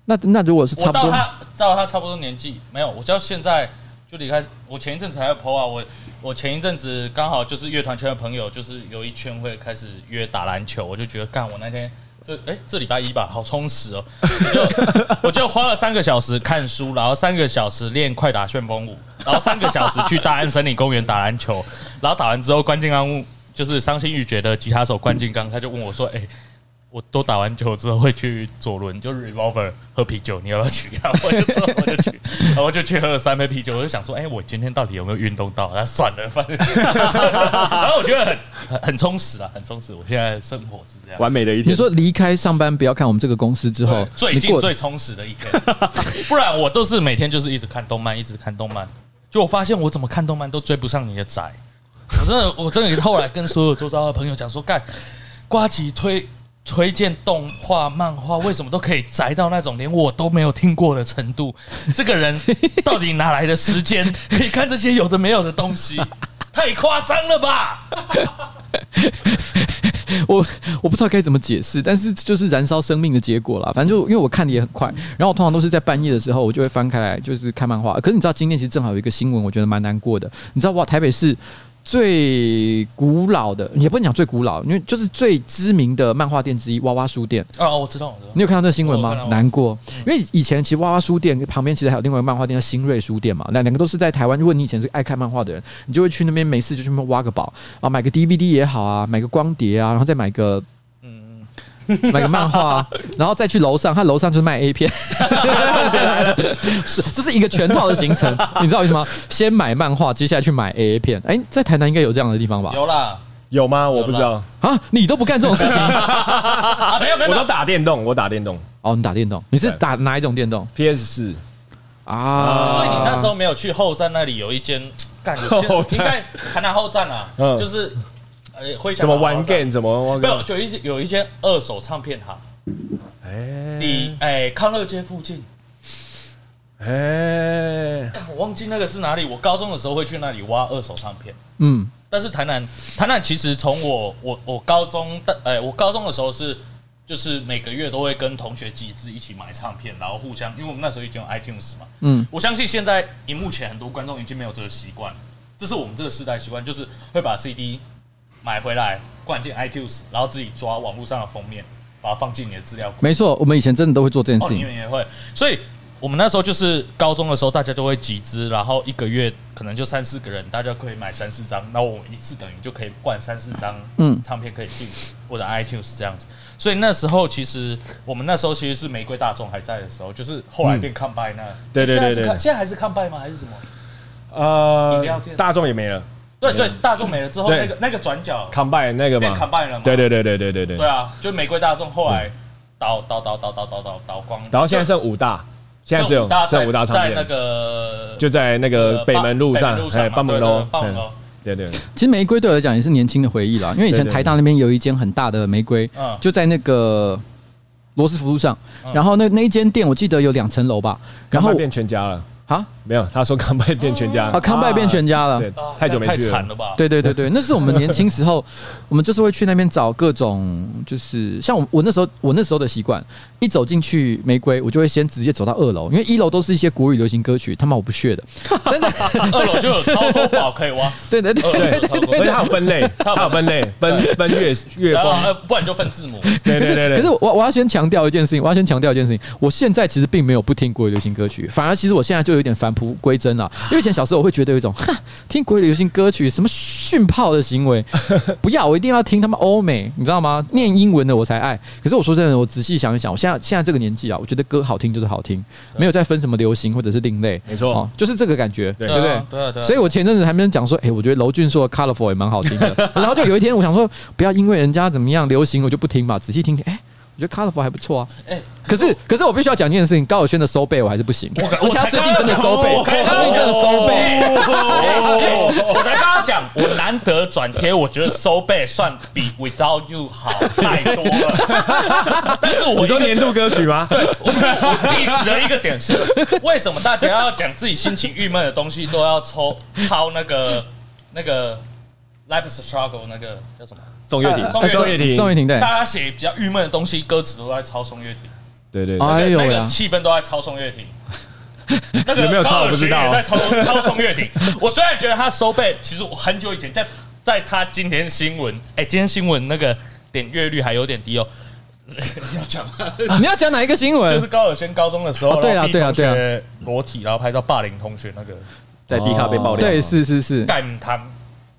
S4: 那那如果是差
S3: 我
S4: 不
S3: 到
S4: 多，
S3: 他到他差不多年纪，没有，我到现在就离开。我前一阵子还有 PO 啊，我我前一阵子刚好就是乐团圈的朋友，就是有一圈会开始约打篮球，我就觉得干我那天。这哎，这礼拜一吧，好充实哦！我就我就花了三个小时看书，然后三个小时练快打旋风舞，然后三个小时去大安森林公园打篮球，然后打完之后，关敬安物就是伤心欲绝的吉他手关敬刚，他就问我说：“哎，我都打完球之后会去左轮，就是 revolver 喝啤酒，你要不要去？然后我就说 [laughs] 我就去，然后我就去喝了三杯啤酒，我就想说，哎、我今天到底有没有运动到？那算了，反正， [laughs] 然后我觉得很很很充实啊，很充实。我现在的生活是这样，
S2: 完美的一天。
S4: 你说离开上班不要看我们这个公司之后
S3: 对，最
S4: 你
S3: 近
S4: 过
S3: 最充实的一天， [laughs] 不然我都是每天就是一直看动漫，一直看动漫。就我发现我怎么看动漫都追不上你的宅，我真的我真的后来跟所有周遭的朋友讲说，干瓜吉推推荐动画、漫画，为什么都可以宅到那种连我都没有听过的程 [laughs] 度？这个人到底哪来的时间可以看这些有的没有的东西？太夸张了吧！
S4: [laughs] 我我不知道该怎么解释，但是就是燃烧生命的结果啦。反正就因为我看的也很快，然后我通常都是在半夜的时候，我就会翻开来就是看漫画。可是你知道今天其实正好有一个新闻，我觉得蛮难过的。你知道哇，台北市最古老的，也不能讲最古老，因为就是最知名的漫画店之一——娃娃书店。
S3: 啊，我知道，我知道
S4: 你。有看到这个新闻
S3: 哦我有看
S4: 吗
S3: 到？嗯
S4: 难过，因为以前其实娃娃书店旁边其实还有另外一个漫画店叫新锐书店嘛，那两个都是在台湾。如果你以前是爱看漫画的人，你就会去那边没事就去那边挖个宝啊，
S3: 嗯
S4: 买个 DVD 也好啊，买个光碟啊，然后再买个。嗯，买个漫画、
S3: [laughs]
S4: 啊，然后再去楼上，他楼上就是卖 A 片，是这是一个全套的行程，你知道为什
S3: [laughs]
S4: 么吗？先买漫画，接下来去买 A 片。哎、在台南应该有这样的地方吧？
S3: 有啦
S6: 有吗？我不知道，
S4: 啊，你都不干这种事
S3: [laughs]
S4: 情
S3: 啊，没有没有
S6: 我
S3: 没有
S6: 都，打电动，我打电动
S4: 哦？你打电动，你是打哪一种电动
S6: ，PS 四，
S4: 啊？
S3: 所以你那时候没有去后站那里有
S6: [laughs]
S3: 一间，干有
S6: 后站
S3: 些应该台南后站啊，
S6: 嗯
S3: 就是呃会想
S6: 怎么玩 game，怎么玩
S3: 没有，
S6: game？
S3: 就有一些有一间二手唱片行，
S6: 哎
S3: 你哎康乐街附近，
S6: 哎，
S3: 干我忘记那个是哪里。我高中的时候会去那里挖二手唱片，
S4: 嗯，
S3: 但是台南台南其实从我我我高中的哎我高中的时候是。就是每个月都会跟同学集资一起买唱片，然后互相，因为我们那时候已经有 iTunes 嘛，
S4: 嗯
S3: 我相信现在荧幕前很多观众已经没有这个习惯了，这是我们这个时代习惯，就是会把 CD 买回来灌进 iTunes，然后自己抓网络上的封面，把它放进你的资料库。
S4: 没错，我们以前真的都会做这件
S3: 哦，
S4: 事
S3: 你
S4: 情
S3: 们。也会，所以我们那时候就是高中的时候，大家都会集资，然后一个月可能就三四个人，大家可以买三四张，那我们一次等于就可以灌三四张
S4: 嗯
S3: 唱片可以进我的 iTunes 这样子。所以那时候其实我们那时候其实是玫瑰大众还在的时候，就是后来变 Combine 那，
S6: 对对对
S3: 现在是
S6: 对
S3: Com- 现在还是 Combine 吗？还是什么？饮
S6: 呃
S3: 料店，
S6: 大众也没了
S3: 对对，大众没了之后，
S6: 对
S3: 那个那个转角
S6: ，combine 那个
S3: 变
S6: 嘛，
S3: Combine 了嘛？
S6: 对对对对对对
S3: 对
S6: 对，
S3: 啊，就玫瑰大众后来倒倒倒倒倒倒倒倒光，
S6: 然后现在剩五大，现在只有
S3: 在
S6: 剩五大唱
S3: 在那
S6: 片，
S3: 个
S6: 就在那
S3: 那
S6: 个北门路上
S3: 北门路，
S6: 哎，
S3: 上嘛
S6: 棒门
S3: 对对
S6: 楼
S3: 对，棒门楼
S6: 对对对，
S4: 其实玫瑰对我来讲也是年轻的回忆啦，因为以前
S6: 对对
S4: 台大那边有一间很大的玫瑰
S3: 嗯，
S4: 就在那个罗斯福路上。然后那那一间店我记得有两层楼吧，然后
S6: Combine 变全家了，
S4: 啊
S6: 没有，他说 combine 变全家，
S4: 啊康拜变全家了。
S6: 对
S3: 啊，
S6: 太久没
S3: 太
S6: 去
S3: 惨
S6: 了，
S3: 了吧？
S4: 对对对对，那是我们年轻时候，我们就是会去那边找各种，就是像我我那时候我那时候的习惯，一走进去玫瑰，我就会先直接走到二楼，因为一楼都是一些国语流行歌曲，他妈我不屑的。真的，
S3: 二楼就有超多宝可以挖，
S4: 对对对对对对
S6: 而且它有分类，它有分类，分分乐乐
S3: 然后
S6: 风，
S3: 呃不然就分字母。
S6: 对
S4: 可
S6: 对对
S4: 是，
S6: 对，
S4: 可是我我要先强调一件事情，我要先强调一件事情，我现在其实并没有不听国语流行歌曲，反 [laughs] 而其实我现在就有点返璞归真了，因为以前小时候我会觉得有一种，哈，听国语流行歌曲什么嘘训炮的行为， [laughs] 不要，我一定要听他们欧美，你知道吗？念英文的我才爱。可是我说真的，我仔细想一想，我现在现在这个年纪啊，我觉得歌好听就是好听，没有再分什么流行或者是另类，
S6: 没错
S4: 哦就是这个感觉，对
S6: 对
S4: 不对？
S3: 啊对啊对啊
S4: 所以我前阵子还没人讲说，哎、我觉得娄俊硕的《Colorful》也蛮好听
S3: [laughs]
S4: 的。然后就有一天，我想说，不要因为人家怎么样流行，我就不听嘛，仔细听听，哎、我觉得 Colorful 还不错啊，哎、
S3: 哎
S4: 可是可是我必须要讲一件事情，高晓轩的收背我还是不行，
S3: 我
S4: 而且他
S3: 才
S4: 最近
S3: 刚
S4: 真的
S3: 刚
S4: 收背，
S3: 我
S4: 他
S3: 刚刚哦
S4: 最近真的收背，
S3: 我才刚刚讲，我难得转贴，我觉得收背算比 Without You 好太多了。但是我
S6: 你说
S3: 一个
S6: 年度歌曲
S3: [laughs]
S6: 吗？
S3: 我我 diss 的一个点是，为什么大家要讲自己心情郁闷的东西都要抽抄那个那个 Life is a Struggle 那个叫什么？
S2: 宋岳庭
S3: 呃，宋
S6: 宋岳庭
S4: 哎宋岳庭对，
S3: 大家写比较郁闷的东西，歌词都在抄宋岳庭，
S1: 对对对，
S4: 哎呦
S3: 那个
S4: 呀，
S3: 气氛都在抄宋
S4: [laughs]
S3: 岳庭。那个
S6: 有没有抄
S3: 高
S6: 我不知道
S4: 啊
S3: 尔宣也在抄抄宋岳庭。 [laughs] 我虽然觉得他收背，其实我很久以前在在他今天新闻，哎、今天新闻那个点阅率还有点低哦。 [laughs] 你要讲吗？
S4: 你要讲哪一个新闻？
S3: 就是高尔宣高中的时候，
S4: 哎哦对啊
S3: 然后逼
S4: 对啊
S3: 同学
S4: 对
S3: 裸体，然后拍到霸凌同学那个
S2: 在迪卡被爆料，
S4: 对，是是是，
S3: 盖姆汤，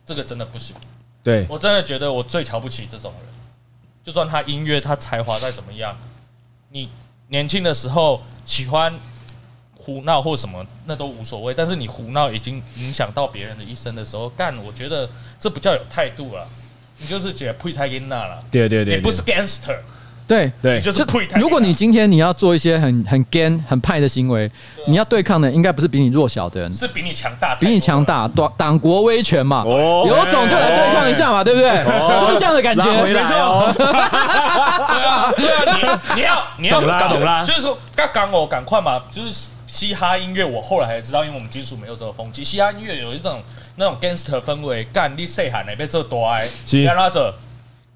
S3: 这个真的不行。
S1: 对，
S3: 我真的觉得我最瞧不起这种人，就算他音乐他才华再怎么样，你年轻的时候喜欢胡闹或什么那都无所谓，但是你胡闹已经影响到别人的一生的时候，干我觉得这不叫有态度了，你就是觉得配太阴娜了，
S6: 对对对，
S3: 你不是 gangster，
S4: 对。
S6: 对
S3: 你就
S6: 对
S3: 是配太。
S4: 如果你今天你要做一些很很 g a n 很派的行为，你要对抗的应该不是比你弱小的人，
S3: 啊是比你强大，
S4: 比你强，大，党党国威权嘛，
S6: 哦哎
S4: 有种就来对抗一下嘛，对不对？是不是这样的感
S6: 拉回
S4: 觉？
S6: 来哦，
S3: 对啊，对啊，你你要你要
S6: 懂啦
S3: 搞
S6: 懂啦
S3: 就是说刚刚我赶快嘛，就是嘻哈音乐，我后来才知道，因为我们金属没有这个风气，嘻哈音乐有一种那种 gangster 氛围，干你细汉的被做大的，
S6: 是
S3: 你要那着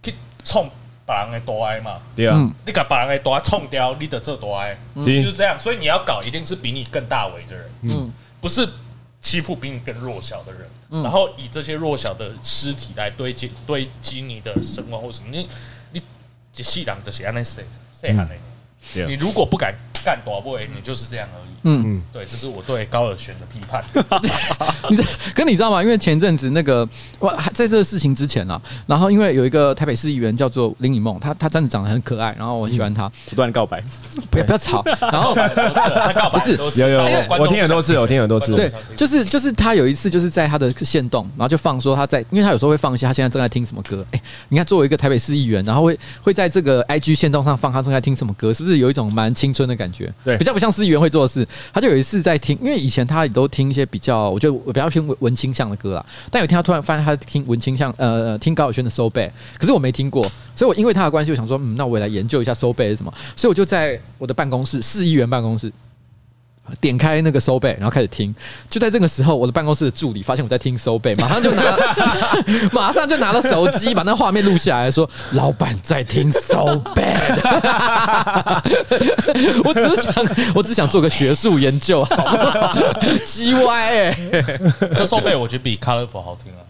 S3: 去冲别人的大的嘛，
S6: 对啊
S4: 嗯，
S3: 你把别人的大的冲掉，你得做大的，就是
S6: 行，
S3: 这样，所以你要搞一定是比你更大为的人，嗯，不是欺负比你更弱小的人，
S4: 嗯
S3: 然后以这些弱小的尸体来堆积堆积你的声望或什么，你你一细人就是安尼谁啊谁喊
S6: 对
S3: 的，你如果不敢干大位，你就是这样而已。
S4: 嗯
S3: 嗯，对，这是我对高尔宣的批
S6: [laughs]
S3: 判。
S4: 你知可你知道吗？因为前阵子那个哇，在这个事情之前啊，然后因为有一个台北市议员叫做林以梦，她她真的长得很可爱，然后我很喜欢
S6: 嗯
S4: 她，
S2: 不断告白，
S4: 不要不要吵，然后。
S3: 他告白
S4: 不是
S3: 都
S6: 有有，
S3: 但
S6: 有
S3: 观
S6: 我
S3: 众
S6: 听很多次，
S3: [laughs]
S6: 我听很多次，
S4: 对，就是就是他有一次就是在他的线动，然后就放说他在，因为他有时候会放一些他现在正在听什么歌。哎、你看作为一个台北市议员，然后会会在这个 IG 线动上放他正在听什么歌，是不是有一种蛮青春的感觉？
S6: 对
S4: 比较不像市议员会做的事。他就有一次在听，因为以前他也都听一些比较，我觉得我比较偏文文青向的歌啦。但有一天他突然发现他听文青向，呃，听高晓轩的《收背》，可是我没听过，所以我因为他的关系，我想说，嗯，那我也来研究一下《收背》是什么。所以我就在我的办公室，市议员办公室。点开那个收背，然后开始听。就在这个时候，我的办公室的助理发现我在听收背，马上就 [laughs] 拿，马上就拿了手机把那画面录下来，说：“老板在听收背。” [laughs] 我只是想，我只想做个学术研究，鸡歪哎、
S3: 可收贝我觉得比 Colorful 好听啊。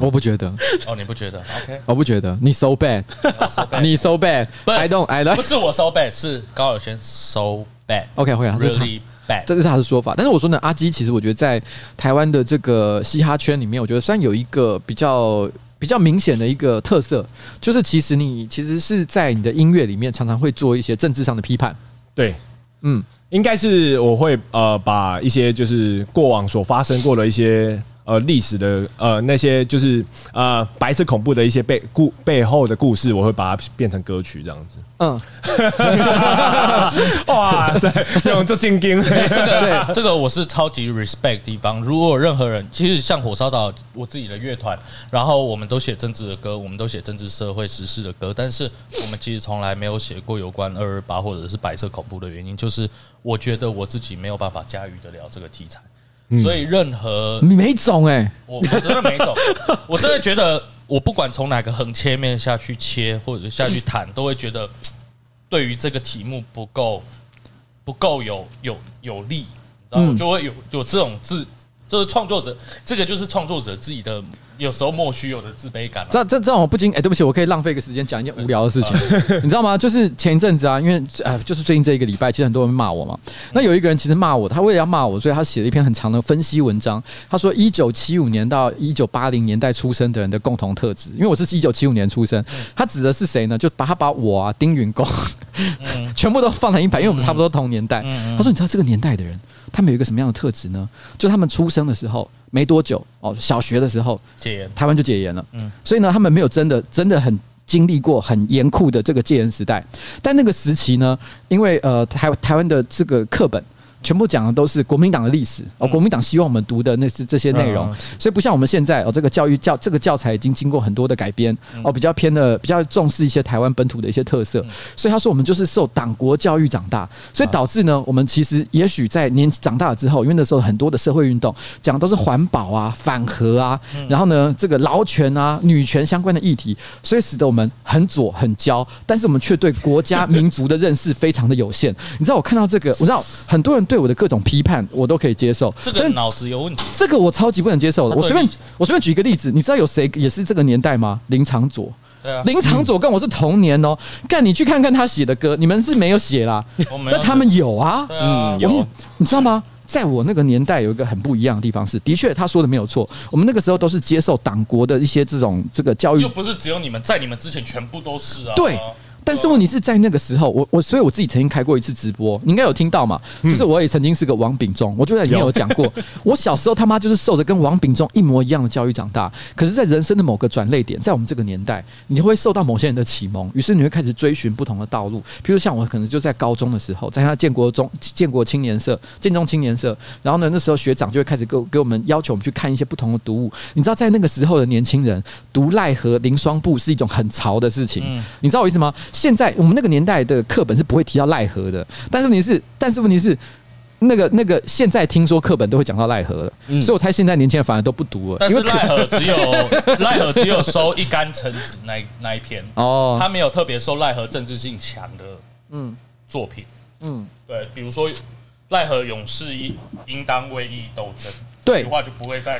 S4: 我不觉得，
S3: 哦，你不觉得？OK，
S6: [laughs]
S4: 我不觉得，你收 [laughs] 背，
S3: 收贝
S4: 你收背
S3: 不
S4: ，I don't I
S3: 不
S4: don't。
S3: 是我收背，是高尔宣收背。
S4: OK OK，这是哦他
S3: really bad。
S4: 这是他的说法。但是我说呢，阿基其实我觉得在台湾的这个嘻哈圈里面，我觉得算有一个比较。比较明显的一个特色，就是其实你其实是在你的音乐里面常常会做一些政治上的批判，
S6: 对，
S4: 嗯，
S6: 应该是我会呃把一些就是过往所发生过的一些呃历史的呃那些就是呃白色恐怖的一些背故背后的故事，我会把它变成歌曲这样
S3: [laughs]
S6: 子。
S4: 嗯，
S6: 哇塞，用这进 [laughs] 京，
S3: 这个这个我是超级 respect 地方。如果有任何人，其实像火烧岛，我自己的乐团，然后我们都写政治的歌，我们都写政治社会时事的歌，但是我们其实从来没有写过有关二二八或者是白色恐怖的原因，就是我觉得我自己没有办法驾驭得了这个题材，所以任何
S4: 你没种哎、
S3: 我我真的没懂，我真的觉得我不管从哪个横切面下去切或者下去谈，都会觉得对于这个题目不够不够有有有力，然后
S4: 嗯
S3: 就会有有这种自就是创作者，这个就是创作者自己的有时候莫须有的自卑感、啊。啊
S4: 这这这让我不禁哎、对不起，我可以浪费个时间讲一件无聊的事情， [laughs] 你知道吗？就是前一阵子啊，因为呃，就是最近这一个礼拜，其实很多人骂我嘛。
S3: 嗯
S4: 那有一个人其实骂我，他为了要骂我，所以他写了一篇很长的分析文章。他说，一九七五年到一九八零年代出生的人的共同特质，因为我是一九七五年出生，
S3: 嗯
S4: 他指的是谁呢？就把他把我啊、丁允恭 [laughs] 全部都放在一排，因为我们差不多同年代。
S3: 嗯嗯嗯
S4: 他说，你知道这个年代的人，他们有一个什么样的特质呢？就他们出生的时候没多久哦，小学的时候
S3: 戒烟，
S4: 台湾就解严了。
S3: 嗯
S4: 所以呢，他们没有真的真的很经历过很严酷的这个戒严时代。但那个时期呢，因为呃台台湾的这个课本。全部讲的都是国民党的历史哦，国民党希望我们读的那是这些内容
S3: 嗯，
S4: 所以不像我们现在哦，这个教育教这个教材已经经过很多的改编
S3: 嗯
S4: 哦，比较偏的比较重视一些台湾本土的一些特色，所以他说我们就是受党国教育长大，所以导致
S3: 啊
S4: 呢，我们其实也许在年纪长大了之后，因为那时候很多的社会运动讲的都是环保啊、反核啊，
S3: 嗯
S4: 然后呢这个劳权啊、女权相关的议题，所以使得我们很左很骄，但是我们却对国家民族的认识非常的有限。你知道我看到这个，我知道很多人对我的各种批判，我都可以接受，
S3: 这个
S4: 但
S3: 脑子有问题。
S4: 这个我超级不能接受的。
S3: 他
S4: 我
S3: 啊对
S4: 随便
S3: 立
S4: 我随便举一个例子，你知道有谁也是这个年代吗？林长佐。
S3: 对啊，
S4: 林长佐跟我是同年哦，干你去看看他写的歌，你们是没有写啦，
S3: 我没有
S4: 但他们有啊。
S3: 对啊
S2: 嗯，有
S4: 我你知道吗？在我那个年代，有一个很不一样的地方是，的确他说的没有错，我们那个时候都是接受党国的一些这种这个教育
S3: 又不是只有你们，在你们之前全部都是啊。
S4: 嗯对，但是问题是在那个时候，我我所以我自己曾经开过一次直播，你应该有听到嘛？就是我也曾经是个王炳忠，我就在里面有讲过， [laughs] 我小时候他妈就是受着跟王炳忠一模一样的教育长大。可是，在人生的某个转类点，在我们这个年代，你会受到某些人的启蒙，于是你会开始追寻不同的道路。比如像我，可能就在高中的时候，在他建国中建国青年社、建中青年社，然后呢，那时候学长就会开始给我给我们要求我们去看一些不同的读物。你知道，在那个时候的年轻人，读赖和林双布是一种很潮的事情。
S3: 嗯
S4: 你知道我意思吗？现在我们那个年代的课本是不会提到赖和的，但是问题是，但是问题是。那个那个，现在听说课本都会讲到赖和了，
S2: 嗯
S4: 所以我猜现在年轻人反而都不读了，
S3: 但
S4: 因
S3: 是
S4: 为可
S3: 奈何只有奈何只有收一干橙子那那一篇，
S4: 哦，
S3: 他没有特别收奈何政治性强的
S4: 嗯
S3: 作品。
S4: 嗯，
S3: 对，比如说奈何勇士应应当为义斗争，
S4: 对
S3: 的，话就不会在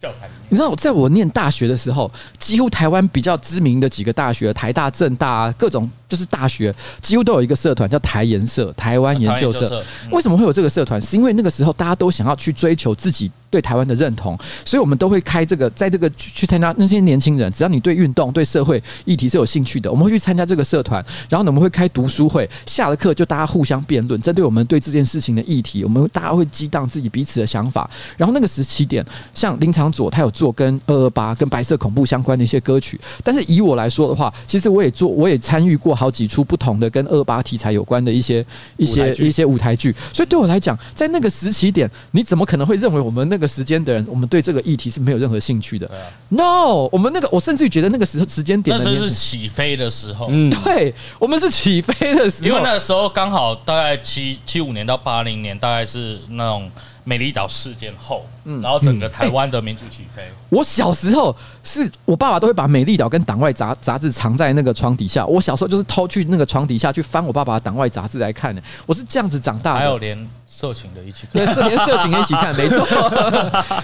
S3: 教材里
S4: 你
S3: 面。
S4: 知道，在我念大学的时候，几乎台湾比较知名的几个大学，台大、政大、啊、各种就是大学，几乎都有一个社团叫台研社、台湾研究社。
S3: 台湾研究社嗯
S4: 为什么会有这个社团？是因为那个时候大家都想要去追求自己对台湾的认同，所以我们都会开这个，在这个去去参加那些年轻人，只要你对运动、对社会议题是有兴趣的，我们会去参加这个社团。然后呢，我们会开读书会，下了课就大家互相辩论，针对我们对这件事情的议题，我们大家会激荡自己彼此的想法。然后那个时期点，像林长佐他有做跟二二八、跟白色恐怖相关的一些歌曲，但是以我来说的话，其实我也做，我也参与过好几出不同的跟二二八题材有关的一些一
S1: 舞
S4: 些
S1: 台剧
S4: 一些舞台剧。所以对我来讲，在那个时期点，你怎么可能会认为我们那个时间的人，我们对这个议题是没有任何兴趣的
S3: 对啊
S4: ？No，我们那个，我甚至于觉得那个时候时间点
S3: 那
S4: 的
S3: 时候
S4: 年
S3: 是
S4: 纪，
S3: 起飞的时候，
S2: 嗯，
S4: 对我们是起飞的时
S3: 因为
S4: 候。
S3: 那时候刚好大概七七五年到八零年，大概是那种美丽岛事件后，
S4: 嗯
S3: 然后整个台湾的民主起飞。
S4: 我小时候是我爸爸都会把《美丽岛》跟《党外杂》杂志藏在那个床底下，我小时候就是偷去那个床底下去翻我爸爸的《党外杂志》来看的，我是这样子长大的。
S3: 还有连色情的一起看
S4: 对，是连色情也一起看，没错。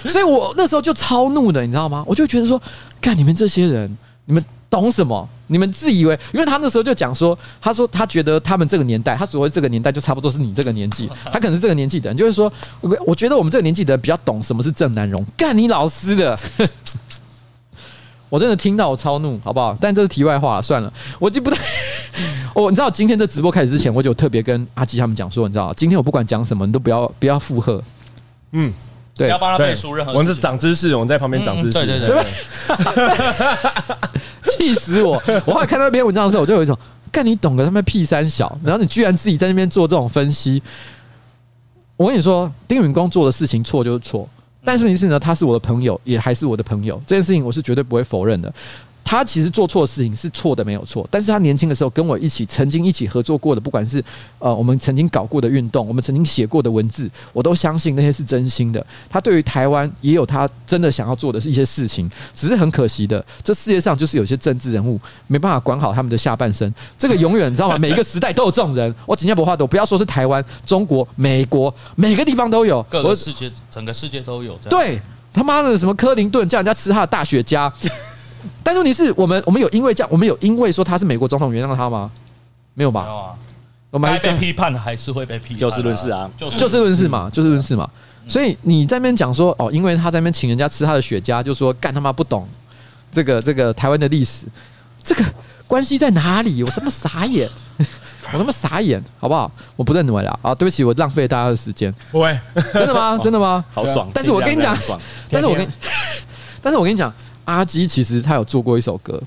S4: 所以我那时候就超怒的，你知道吗？我就觉得说，看你们这些人，你们懂什么？你们自以为，因为他那时候就讲说，他说他觉得他们这个年代，他所谓这个年代就差不多是你这个年纪，他可能是这个年纪的人，就是说，我我觉得我们这个年纪的人比较懂什么是正南容，干你老师的。我真的听到我超怒，好不好？但这是题外话了，算了，我就不太。 [laughs] 我、你知道今天这直播开始之前，我就有特别跟阿基他们讲说，你知道今天我不管讲什么，你都不要不要附和，
S6: 嗯，
S3: 不
S4: 对
S3: 要，帮他背
S6: 对，
S3: 书任何
S6: 我们
S3: 事
S6: 是
S3: 情。
S6: 长知识，我们在旁边长知识，
S3: 嗯嗯对对对
S4: 气死我！我后来看到那篇文章的时候，我就有一种，干你懂个他妈屁三小，然后你居然自己在那边做这种分析。我跟你说，丁允恭做的事情错就是错，但是问题是呢，他是我的朋友，也还是我的朋友，这件事情我是绝对不会否认的。他其实做错事情是错的，没有错。但是他年轻的时候跟我一起曾经一起合作过的，不管是呃我们曾经搞过的运动，我们曾经写过的文字，我都相信那些是真心的。他对于台湾也有他真的想要做的一些事情，只是很可惜的，这世界上就是有些政治人物没办法管好他们的下半生。这个永远你知道吗？每一个时代都有这种人。我请教不话多，不要说是台湾、中国、美国，每个地方都有。
S3: 各
S4: 我
S3: 个世界，整个世界都有这样。
S4: 对，他妈的什么克林顿叫人家吃他的大雪
S3: [laughs]
S4: 茄，但是问题是我们我们有因为这样，我们有因为说他是美国总统原谅他吗？没有
S3: 没
S4: 吧？
S3: 有啊，
S4: 我们还
S3: 该
S4: 这
S3: 被
S4: 样
S3: 批判的还是会被批判啊，
S2: 就事论事啊
S3: 就
S4: 就事论事嘛，就事论事嘛。所以你在那边讲说哦，因为他在那边请人家吃他的雪茄，就说干他妈不懂这个这个台湾的历史，这个关系在哪里？我他妈傻眼， [laughs] 我他妈傻眼，好不好？我不认为啦啊，对不起，我浪费大家的时间，
S6: 喂，
S4: 真的吗？真的吗？
S2: [laughs]
S4: 啊
S2: 好爽。
S4: 但是我跟你讲
S2: 听起来很爽
S4: 但是我跟，但是我跟你讲，阿基其实他有做过一首歌，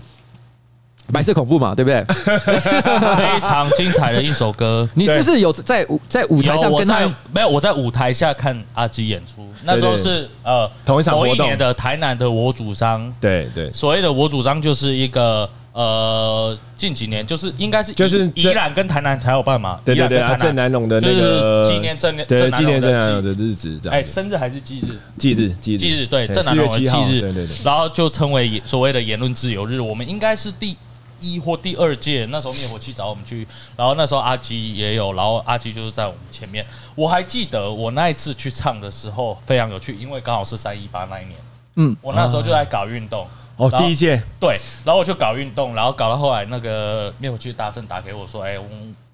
S4: 白色恐怖嘛，对不对？
S3: 非常精彩的一首歌。
S4: 你是不是有在舞在舞台
S3: 有
S4: 上
S3: 我
S4: 跟他
S3: 在？没有我在舞台下看阿基演出，那时候是呃
S6: 同一场活
S3: 某
S6: 动
S3: 一年的台南的我主张，
S6: 对对，
S3: 所谓的我主张就是一个呃近几年就是应该是
S6: 就是
S3: 宜宜
S6: 这
S3: 兰跟台南才有办嘛，
S6: 对
S3: 宜
S6: 对
S3: 兰
S6: 对
S3: 跟
S6: 啊，
S3: 台
S6: 郑
S3: 南
S6: 南龙的
S3: 就
S6: 那个
S3: 是纪念郑
S6: 对
S3: 郑
S6: 纪念郑南
S3: 南
S6: 龙
S3: 荣
S6: 的
S3: 的
S6: 日子，这
S3: 哎
S6: 样子
S3: 生日还是忌日。
S6: 忌日忌日
S3: 忌日对，
S6: 哎
S3: 郑
S6: 4
S3: 南
S6: 月
S3: 荣的
S6: 7
S3: 忌
S6: 号
S3: 日，
S6: 对对对，
S3: 然后就称为所谓的言论自由日。我们应该是第一或第二届，那时候灭火器找我们去，然后那时候阿基也有，然后阿基就是在我们前面。我还记得我那一次去唱的时候非常有趣，因为刚好是三一八那一年，
S4: 嗯，
S3: 我那时候就在搞运动。
S6: 哦
S3: 然后
S6: 第一届
S3: 对，然后我就搞运动，然后搞到后来那个灭火器大圣打给我说：“哎、我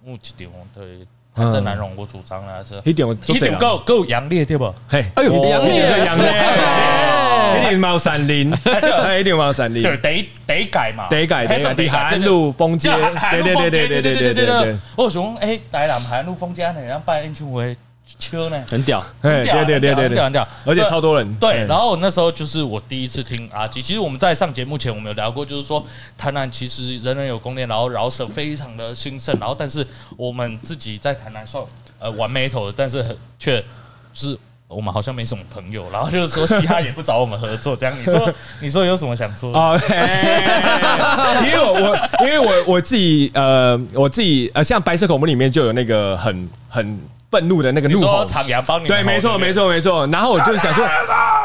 S3: 我几点？对，
S6: 嗯
S3: 他郑南荣我主张啦，是
S6: 一点
S3: 一点够够杨烈对不？
S6: 啊嘿，
S4: 哎呦，
S6: 哦
S4: 杨烈
S6: 对杨 [laughs] 烈，一点猫闪灵，哎一点猫闪灵， [laughs]
S3: 对，得得改嘛，
S6: 得 [laughs] 改
S3: 还
S6: 得
S3: 是
S6: 改，
S3: 得
S6: 第海
S3: 改
S6: 岸。路封 [laughs] 街，
S3: 就海海
S6: 对
S3: 陆
S6: 对对
S3: 风
S6: 对
S3: 街，对
S6: 对对对
S3: 对对对
S6: 对
S3: 对
S6: 对，。
S3: 我想哎，台南海陆风街，很像办演唱会，超呢，
S2: 很屌，
S6: 哎对对对对
S3: 很屌
S6: 对，
S3: 很屌，
S6: 而且超多人，嗯
S3: 对，然
S6: 后
S3: 后我那时候就是我第一次听阿基，其实我们在上节目前，我们有聊过，就是说台南其实人人有功练，然后饶舌非常的兴盛，然后但是我们自己在台南算呃玩 metal 的，但是很却是我们好像没什么朋友，然后就是说嘻哈也不找我们合作，这样你说你说有什么想说？
S6: 哦，嘿其实我我因为我我自己呃我自己呃像白色恐怖里面就有那个很很愤怒的那个
S3: 你
S6: 怒
S3: 说
S6: 吼，
S3: 长阳帮你们
S6: 对，没错，
S3: 吼
S6: 没。错，没错。然后我就想说，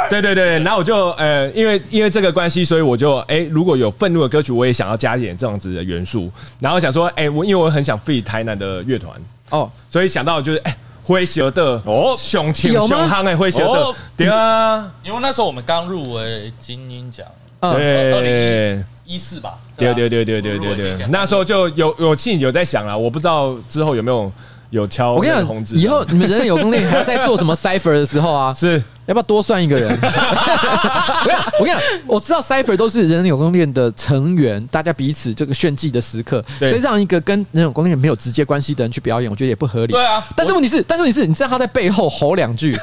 S6: 对对对，然后我就呃，因为因为这个关系，所以我就哎、如果有愤怒的歌曲，我也想要加一点这样子的元素。然后想说，哎、我因为我很想 f 台南的乐团，
S4: 哦，
S6: 所以想到就是哎。灰蛇的哦，熊情
S4: 有
S6: 熊
S4: 吗
S6: 夯哎，灰蛇的
S3: 哦
S6: 对啊，
S3: 因为那时候我们刚入围金鹰奖
S4: 嗯，
S6: 哦
S3: 二零
S6: 对，
S3: 一四吧，
S6: 对
S3: 吧
S6: 对对对对
S3: 入围
S6: 对
S3: 金鹰
S6: 对啊
S3: 奖，
S6: 那时候就有有幸有在想了，我不知道之后有没有有敲
S4: 我跟
S6: 那
S4: 你
S6: 个红
S4: 讲，
S6: 字，
S4: 以后你们人人有功力，还要在做什么 cipher 的时
S6: [laughs]
S4: 候啊，
S6: 是
S4: 要不要多算一个人？ [laughs] 我跟你讲我跟你讲，我知道 cipher 都是人人有功练的成员，大家彼此这个炫技的时刻，所
S6: 对
S4: 以让一个跟人有功练没有直接关系的人去表演，我觉得也不合理。
S3: 对啊
S4: 但是问题是，但是问题是，你知道他在背后吼两句，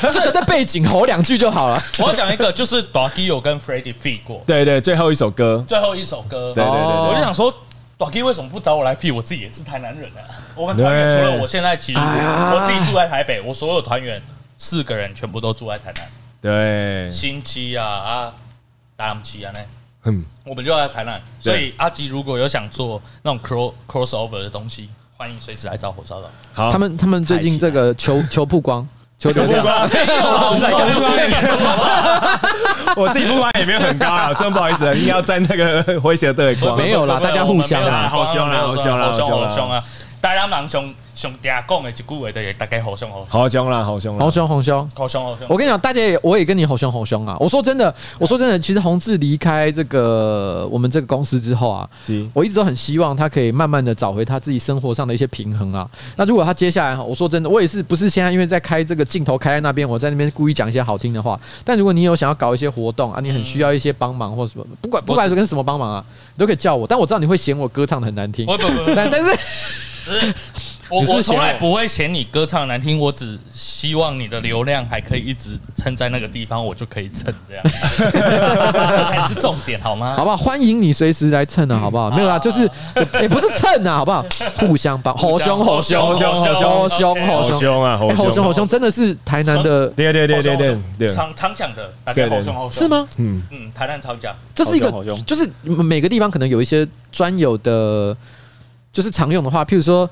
S4: 就是在背景吼两句就好了。
S3: 我要讲一个，就是 d o g i 有跟 Freddie f e 过
S6: 对对，最后一首歌，
S3: 最后一首歌，
S6: 对对对对
S3: 我就想说。d o g i 为什么不找我来 f e 我自己也是台南人啊，我跟团员除了我现在其实
S4: 哎呀
S3: 我自己住在台北，我所有团员四个人全部都住在台南，
S6: 对，
S3: 新期啊啊，达姆期啊呢，
S6: 嗯，
S3: 我们就在台南。所以阿吉如果有想做那种 cross crossover 的东西，欢迎随时来找火烧岛。
S6: 好，
S4: 他们他们最近这个求求曝光，求流量，
S3: 存在感
S6: [laughs] 我自己不管也没有很高
S4: [laughs]
S6: 啊，真不好意思，硬要沾那个 [laughs] 诙谐的光。
S4: 没有啦大家互相
S6: 啦好凶啦好凶啦
S3: 好凶
S6: 好凶啦
S3: 好凶啊！大家人上上嗲讲的一句话，就是大家好凶好
S6: 好凶啊啦，好凶啦
S4: 红，熊红熊。
S3: 好凶好凶。
S4: 我跟你讲，大家也我也跟你吼凶吼凶啊！我说真的，我说真的，其实宏志离开这个我们这个公司之后啊，
S6: 是
S4: 我一直都很希望他可以慢慢的找回他自己生活上的一些平衡啊。那如果他接下来哈，我说真的，我也是不是现在因为在开这个镜头开在那边，我在那边故意讲一些好听的话。但如果你有想要搞一些活动啊，你很需要一些帮忙或什么，不管不管跟什么帮忙啊，你都可以叫我。但我知道你会嫌我歌唱的很难听，
S3: 我不不不，
S4: 但但是
S3: 我
S4: 你是不是嫌
S3: 我从来
S4: 我
S3: 不会嫌你歌唱难听，我只希望你的流量还可以一直撑在那个地方，我就可以撑这样，这才是重点好吗？
S4: 好不好？欢迎你随时来蹭啊，好不好？没有啦，就是也不是蹭啊，好不好？互相帮，吼凶吼凶
S3: 吼
S4: 吼
S3: 凶
S4: 凶
S3: 吼
S4: 吼凶吼凶吼
S3: 凶好
S4: 凶
S6: 凶啊，
S4: 哎吼凶吼凶，真的是台南的，
S6: 对对对对对对，
S3: 常常讲的，大家好凶好凶
S4: 是？吗？
S6: 嗯，
S3: 嗯，台南常讲，
S4: 这是一个
S2: 好凶好，凶
S4: 就是每个地方可能有一些专有的，就是常用的话，譬如说